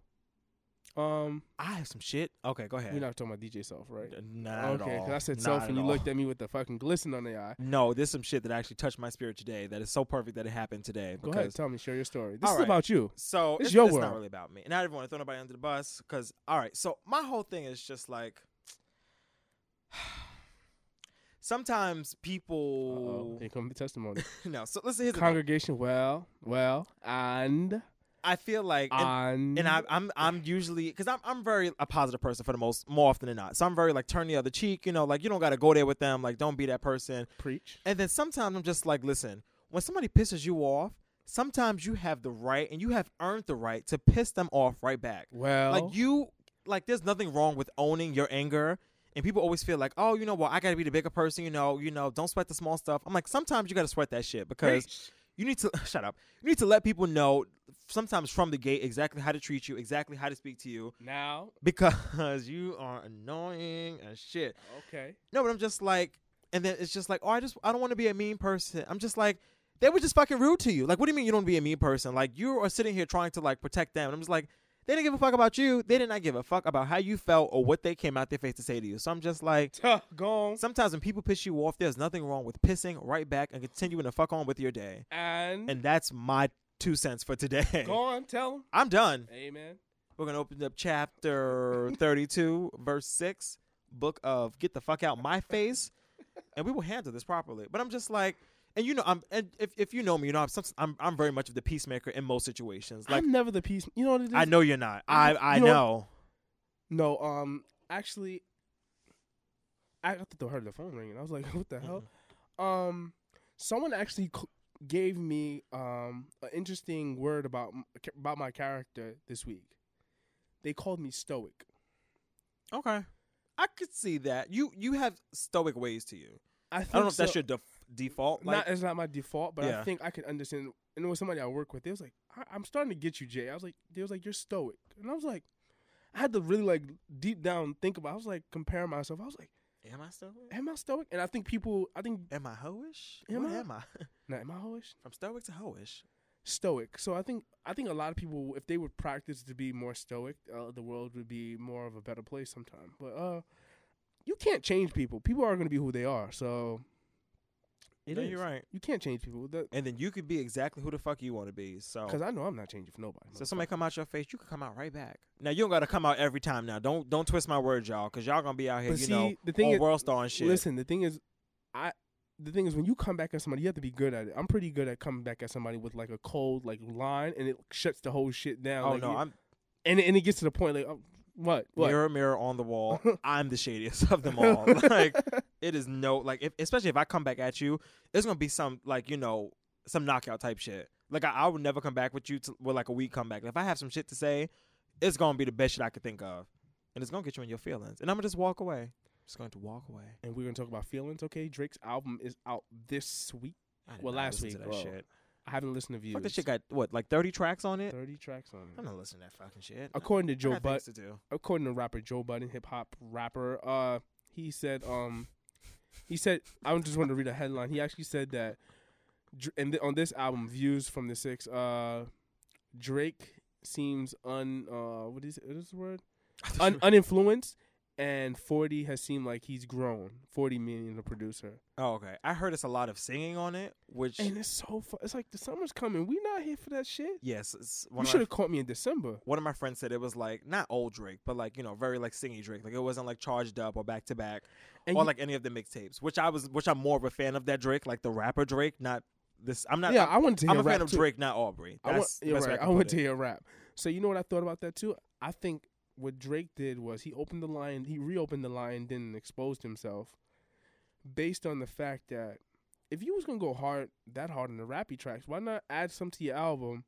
S2: um,
S1: I have some shit. Okay, go ahead.
S2: we're not talking about DJ self, right?
S1: Not at
S2: okay,
S1: all.
S2: I said
S1: Not
S2: self
S1: at
S2: and you
S1: all.
S2: looked at me with the fucking glisten on the eye.
S1: No, there's some shit that actually touched my spirit today. That is so perfect that it happened today.
S2: Go
S1: Because
S2: ahead, tell me, share your story. This
S1: All
S2: is
S1: right.
S2: about you.
S1: So
S2: It's
S1: it's,
S2: your
S1: it's not
S2: world.
S1: really about me. And I didn't want to throw nobody under the bus because, all right. So my whole thing is just like sometimes
S2: Uh-oh.
S1: people.
S2: Here come the testimony.
S1: No, so listen, here's the thing.
S2: Congregation, well, well, and
S1: I feel like. and-
S2: and
S1: and I, I'm I'm usually because I'm I'm very a positive person for the most more often than not. So I'm very like turn the other cheek, you know, like you don't got to go there with them, like don't be that person.
S2: preach.
S1: And then sometimes I'm just like, listen, when somebody pisses you off, sometimes you have the right and you have earned the right to piss them off right back.
S2: Well,
S1: like you, like there's nothing wrong with owning your anger. And people always feel like, oh, you know what, I gotta be the bigger person, you know, you know, don't sweat the small stuff. I'm like, sometimes you gotta sweat that shit because you need to shut up. You need to let people know sometimes from the gate exactly how to treat you, exactly how to speak to you,
S2: now,
S1: because you are annoying as shit.
S2: okay,
S1: No, but I'm just like, and then it's just like, oh, I just I don't want to be a mean person. I'm just like, they were just fucking rude to you. Like, what do you mean you don't be a mean person? Like, you are sitting here trying to like protect them. And I'm just like, they didn't give a fuck about you. They did not give a fuck about how you felt or what they came out their face to say to you. So I'm just like,
S2: Tuh, gone
S1: sometimes when people piss you off, there's nothing wrong with pissing right back and continuing to fuck on with your day.
S2: and,
S1: And that's my two cents for today.
S2: gone. Tell him,
S1: I'm done.
S2: amen.
S1: We're gonna open up chapter 32, verse 6, book of Get the Fuck Out My Face, and we will handle this properly. But I'm just like, and you know, I'm and if, if you know me, you know I'm, some, I'm I'm very much of the peacemaker in most situations. Like
S2: I'm never the peace. You know what it is?
S1: I know you're not. I I
S2: You know-
S1: know.
S2: No, um, actually, I I thought I heard the phone ringing. I was like, what the hell? Um, someone actually c- gave me um an interesting word about m- about my character this week. They called me stoic.
S1: Okay, I could see that. You you have stoic ways to you.
S2: I, think
S1: I don't know if that's
S2: so-
S1: your def- default. Like,
S2: not it's not my default, but I
S1: Yeah.
S2: think I can understand. And it was somebody I work with. They was like, I, "I'm starting to get you, Jay." I was like, "They was like, you're stoic," and I was like, I had to really like deep down think about. I was like comparing myself. I was like,
S1: am I stoic?
S2: "Am I stoic?" And I think people, I think,
S1: Am I hoish?
S2: Am
S1: what
S2: I?
S1: am I?
S2: nah, am I hoish?
S1: From stoic to hoish.
S2: Stoic. So I think I think a lot of people, if they would practice to be more stoic, uh, the world would be more of a better place sometime. But uh, you can't change people. People are going to be who they are. So it
S1: No,
S2: is.
S1: you're right.
S2: You can't change people. That
S1: And then you could be exactly who the fuck you want to be. So
S2: because I know I'm not changing for nobody.
S1: So somebody come out your face, you can come out right back. Now you don't gotta come out every time. Now don't don't twist my words, y'all, because y'all gonna be out here,
S2: But
S1: you
S2: see,
S1: know,
S2: the thing
S1: on
S2: is-
S1: world star and shit.
S2: Listen, the thing is, I the thing is when you come back at somebody, you have to be good at it. I'm pretty good at coming back at somebody with like a cold like line, and it shuts the whole shit down.
S1: Oh
S2: like,
S1: no,
S2: you-
S1: I'm
S2: and and it gets to the point like, oh, what, what?
S1: mirror mirror on the wall. I'm the shadiest of them all. Like it is no like if, especially if I come back at you, it's gonna be some like you know some knockout type shit. Like I, I would never come back with you to, with like a weak comeback. If I have some shit to say, it's gonna be the best shit I could think of, and it's gonna get you in your feelings. And I'm gonna just walk away. Just going to walk away.
S2: and we're gonna talk about feelings. Okay, Drake's album is out this week.
S1: I did
S2: Well,
S1: not
S2: last
S1: listen
S2: week,
S1: to that
S2: well,
S1: shit.
S2: I haven't listened to views.
S1: Fuck, this shit got what like 30 tracks on it.
S2: thirty tracks on
S1: I'm
S2: it.
S1: not listening to that fucking shit.
S2: According to
S1: I
S2: Joe
S1: got things
S2: Butt,
S1: to do.
S2: according to rapper Joe Budden, hip hop rapper, uh, he said, um, he said, I just wanted to read a headline. He actually said that, Dr- and th- on this album, views from the six, uh, Drake seems un, uh, what is what is the word? Un- uninfluenced, and Forty has seemed like he's grown. Forty meaning the producer,
S1: Oh, okay. I heard it's a lot of singing on it, which
S2: and it's so fu- It's like the summer's coming. We not here for that shit.
S1: yes, it's one
S2: You
S1: of
S2: should
S1: my
S2: have caught me in December.
S1: one of my friends said it was like not old Drake, but like you know very like singy Drake. Like it wasn't like charged up or back to back
S2: And
S1: or
S2: you-
S1: like any of the mixtapes. Which I was, which I'm more of a fan of that Drake, like the rapper Drake, not this. I'm not.
S2: Yeah,
S1: I'm,
S2: I wanted to hear
S1: I'm a
S2: rap
S1: fan of
S2: too.
S1: Drake, not Aubrey.
S2: I want,
S1: That's the
S2: you're
S1: best way
S2: right.
S1: I,
S2: I,
S1: can
S2: want
S1: put
S2: to
S1: it.
S2: hear rap. So you know what I thought about that too. I think what Drake did was he opened the line, he reopened the line, then exposed himself, based on the fact that if you was gonna go hard that hard on the rappy tracks, why not add some to your album,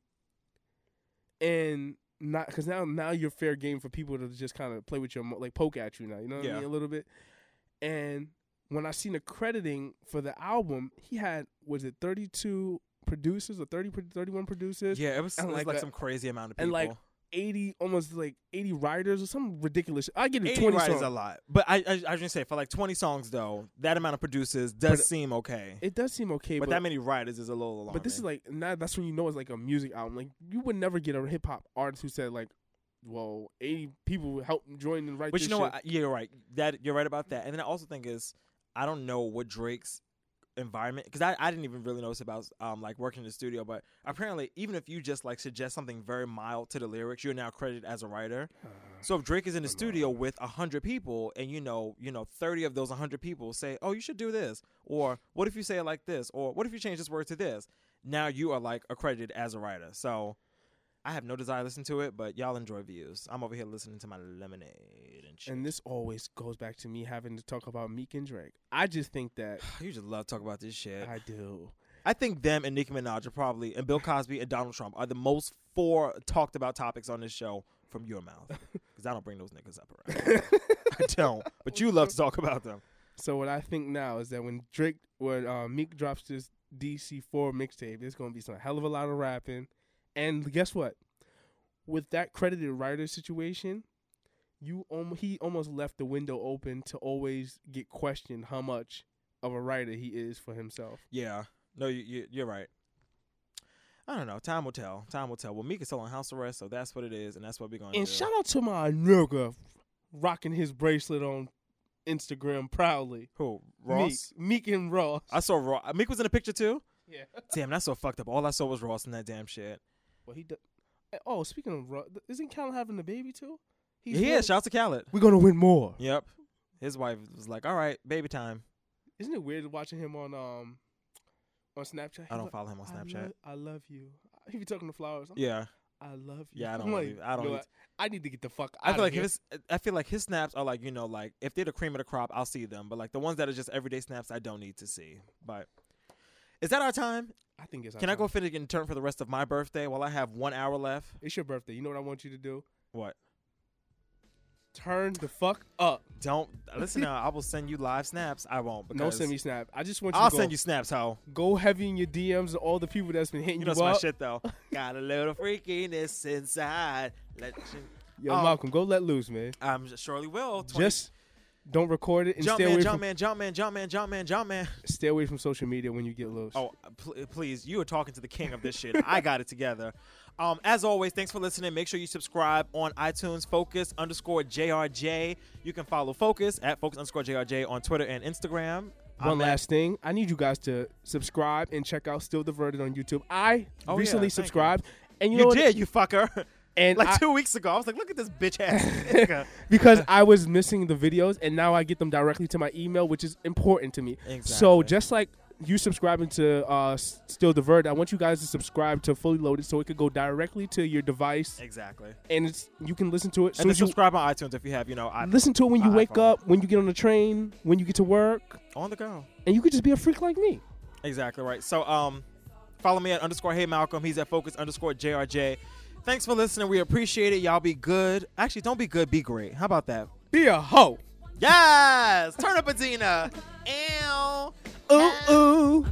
S2: and not because now now you're fair game for people to just kind of play with your mo- like poke at you now. You know what
S1: Yeah.
S2: I mean a little bit, and. When I seen the crediting for the album, he had was it thirty two producers or 30, pro- 31 producers?
S1: Yeah, it was,
S2: and
S1: it was
S2: like
S1: like,
S2: a-
S1: some crazy amount of people.
S2: and like 80 almost like 80 writers or some ridiculous shit. i get it
S1: 80
S2: 20
S1: right
S2: songs.
S1: is a lot, but I I, I was gonna say for like 20 songs though, that amount of producers does
S2: But-
S1: seem okay.
S2: it does seem okay
S1: but,
S2: but,
S1: that many writers is a little alarming.
S2: but this is like now that's when you know it's like a music album like you would never get a hip-hop artist who said like well 80 people helped join and write
S1: But
S2: this
S1: you know
S2: shit.
S1: what? Yeah, you're right. That you're right about that. And then I also think is I don't know what Drake's environment because I, I didn't even really notice about um like working in the studio. But apparently, even if you just like suggest something very mild to the lyrics, you're now credited as a writer.
S2: Uh-huh.
S1: So if Drake is in the studio with a hundred people, and you know you know thirty of those hundred people say, "Oh, you should do this," or "What if you say it like this?" or "What if you change this word to this?" Now you are like accredited as a writer. So. I have no desire to listen to it, but y'all enjoy views. I'm over here listening to my lemonade and shit.
S2: and this always goes back to me having to talk about meek and drake i just think that
S1: you just love talking about this shit.
S2: i do
S1: I think them and Nicki Minaj are probably, and Bill Cosby and Donald Trump are the most four talked about topics on this show from your mouth. Because I don't bring those niggas up around. I don't. But you love to talk about them.
S2: so what i think now is that when drake when uh, meek drops this dc4 mixtape there's gonna be some hell of a lot of rapping and guess what with that credited writer situation, you om- he almost left the window open to always get questioned how much of a writer he is for himself.
S1: Yeah. No, you, you, you're right. I don't know. Time will tell. Time will tell. Well, Meek is still on house arrest, so that's what it is, and that's what we're going to do.
S2: And shout out to my nigga rocking his bracelet on Instagram proudly.
S1: Who? Ross?
S2: Meek, Meek and Ross.
S1: I saw Ross. Meek was in the picture too?
S2: Yeah.
S1: Damn, that's so fucked up. All I saw was Ross in that damn shit.
S2: Well, he do- Oh, speaking of Ross, isn't Cal having a baby too? He's
S1: yeah,
S2: one-
S1: shout out to Khaled.
S2: We're gonna win more.
S1: Yep. His wife was like, all right, baby time.
S2: Isn't it weird watching him on um on Snapchat?
S1: I
S2: He's
S1: don't
S2: like,
S1: follow him on
S2: I
S1: Snapchat.
S2: lo- I love you. He be talking to flowers. I'm
S1: Yeah.
S2: I love you.
S1: Yeah, I
S2: I'm
S1: don't believe- I don't
S2: you know
S1: need
S2: what? I need to get the fuck.
S1: I feel like
S2: here.
S1: his I feel like his snaps are like, you know, like if they're the cream of the crop, I'll see them. But like the ones that are just everyday snaps, I don't need to see. But is that our time?
S2: I think it's. our
S1: Can I go
S2: time.
S1: finish and turn for the rest of my birthday while I have one hour left?
S2: It's your birthday. You know what I want you to do?
S1: What?
S2: Turn the fuck up.
S1: Don't listen now, I will send you live snaps. I won't because
S2: No send me snap. I just want you.
S1: I'll
S2: to go,
S1: send you snaps, ho.
S2: Go heavy in your DMs to all the people that's been hitting
S1: You
S2: you,
S1: know
S2: up.
S1: it's my shit though. Got a little freakiness inside. Let you,
S2: Yo,
S1: Oh.
S2: Malcolm, go let loose, man.
S1: I'm surely will. 20
S2: Just don't record it and
S1: jump
S2: stay
S1: man,
S2: away
S1: jump
S2: from
S1: man, jump man, jump man, jump man, jump man.
S2: stay away from social media when you get loose.
S1: Oh, pl- please. You are talking to the king of this shit. I got it together. Um, as always, thanks for listening. Make sure you subscribe on iTunes, Focus underscore JRJ. You can follow Focus at Focus underscore JRJ on Twitter and Instagram.
S2: One
S1: I'm at-
S2: last thing, I need you guys to subscribe and check out Still Diverted on YouTube. I
S1: Oh, yeah, thank
S2: recently
S1: you.
S2: subscribed, and you,
S1: You,
S2: know what?
S1: did, you fucker.
S2: And
S1: like
S2: I-
S1: two weeks ago, I was like, look at this bitch ass. nigga.
S2: because I was missing the videos and now I get them directly to my email, which is important to me. So
S1: Exactly.
S2: just like you subscribing to uh, S- Still Divert, I want you guys to subscribe to Fully Loaded so it could go directly to your device,
S1: Exactly.
S2: and it's you can listen to it.
S1: And
S2: Soon
S1: then
S2: as you
S1: subscribe on iTunes if you have, you know, I
S2: listen to it when you
S1: my
S2: wake
S1: iPhone.
S2: up, when you get on the train, when you get to work,
S1: on the go.
S2: and you could just be a freak like me.
S1: Exactly right. So um, follow me at underscore Hey Malcolm. He's at Focus underscore JRJ. Thanks for listening. We appreciate it. Y'all be good. Actually, don't be good. Be great. How about that?
S2: Be a hoe.
S1: Yes. Turn up, Adina. Ow.
S2: Ooh ooh.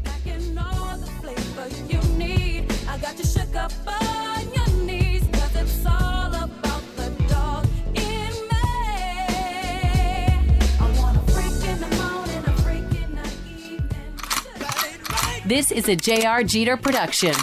S8: This is a J.R. Jeter production.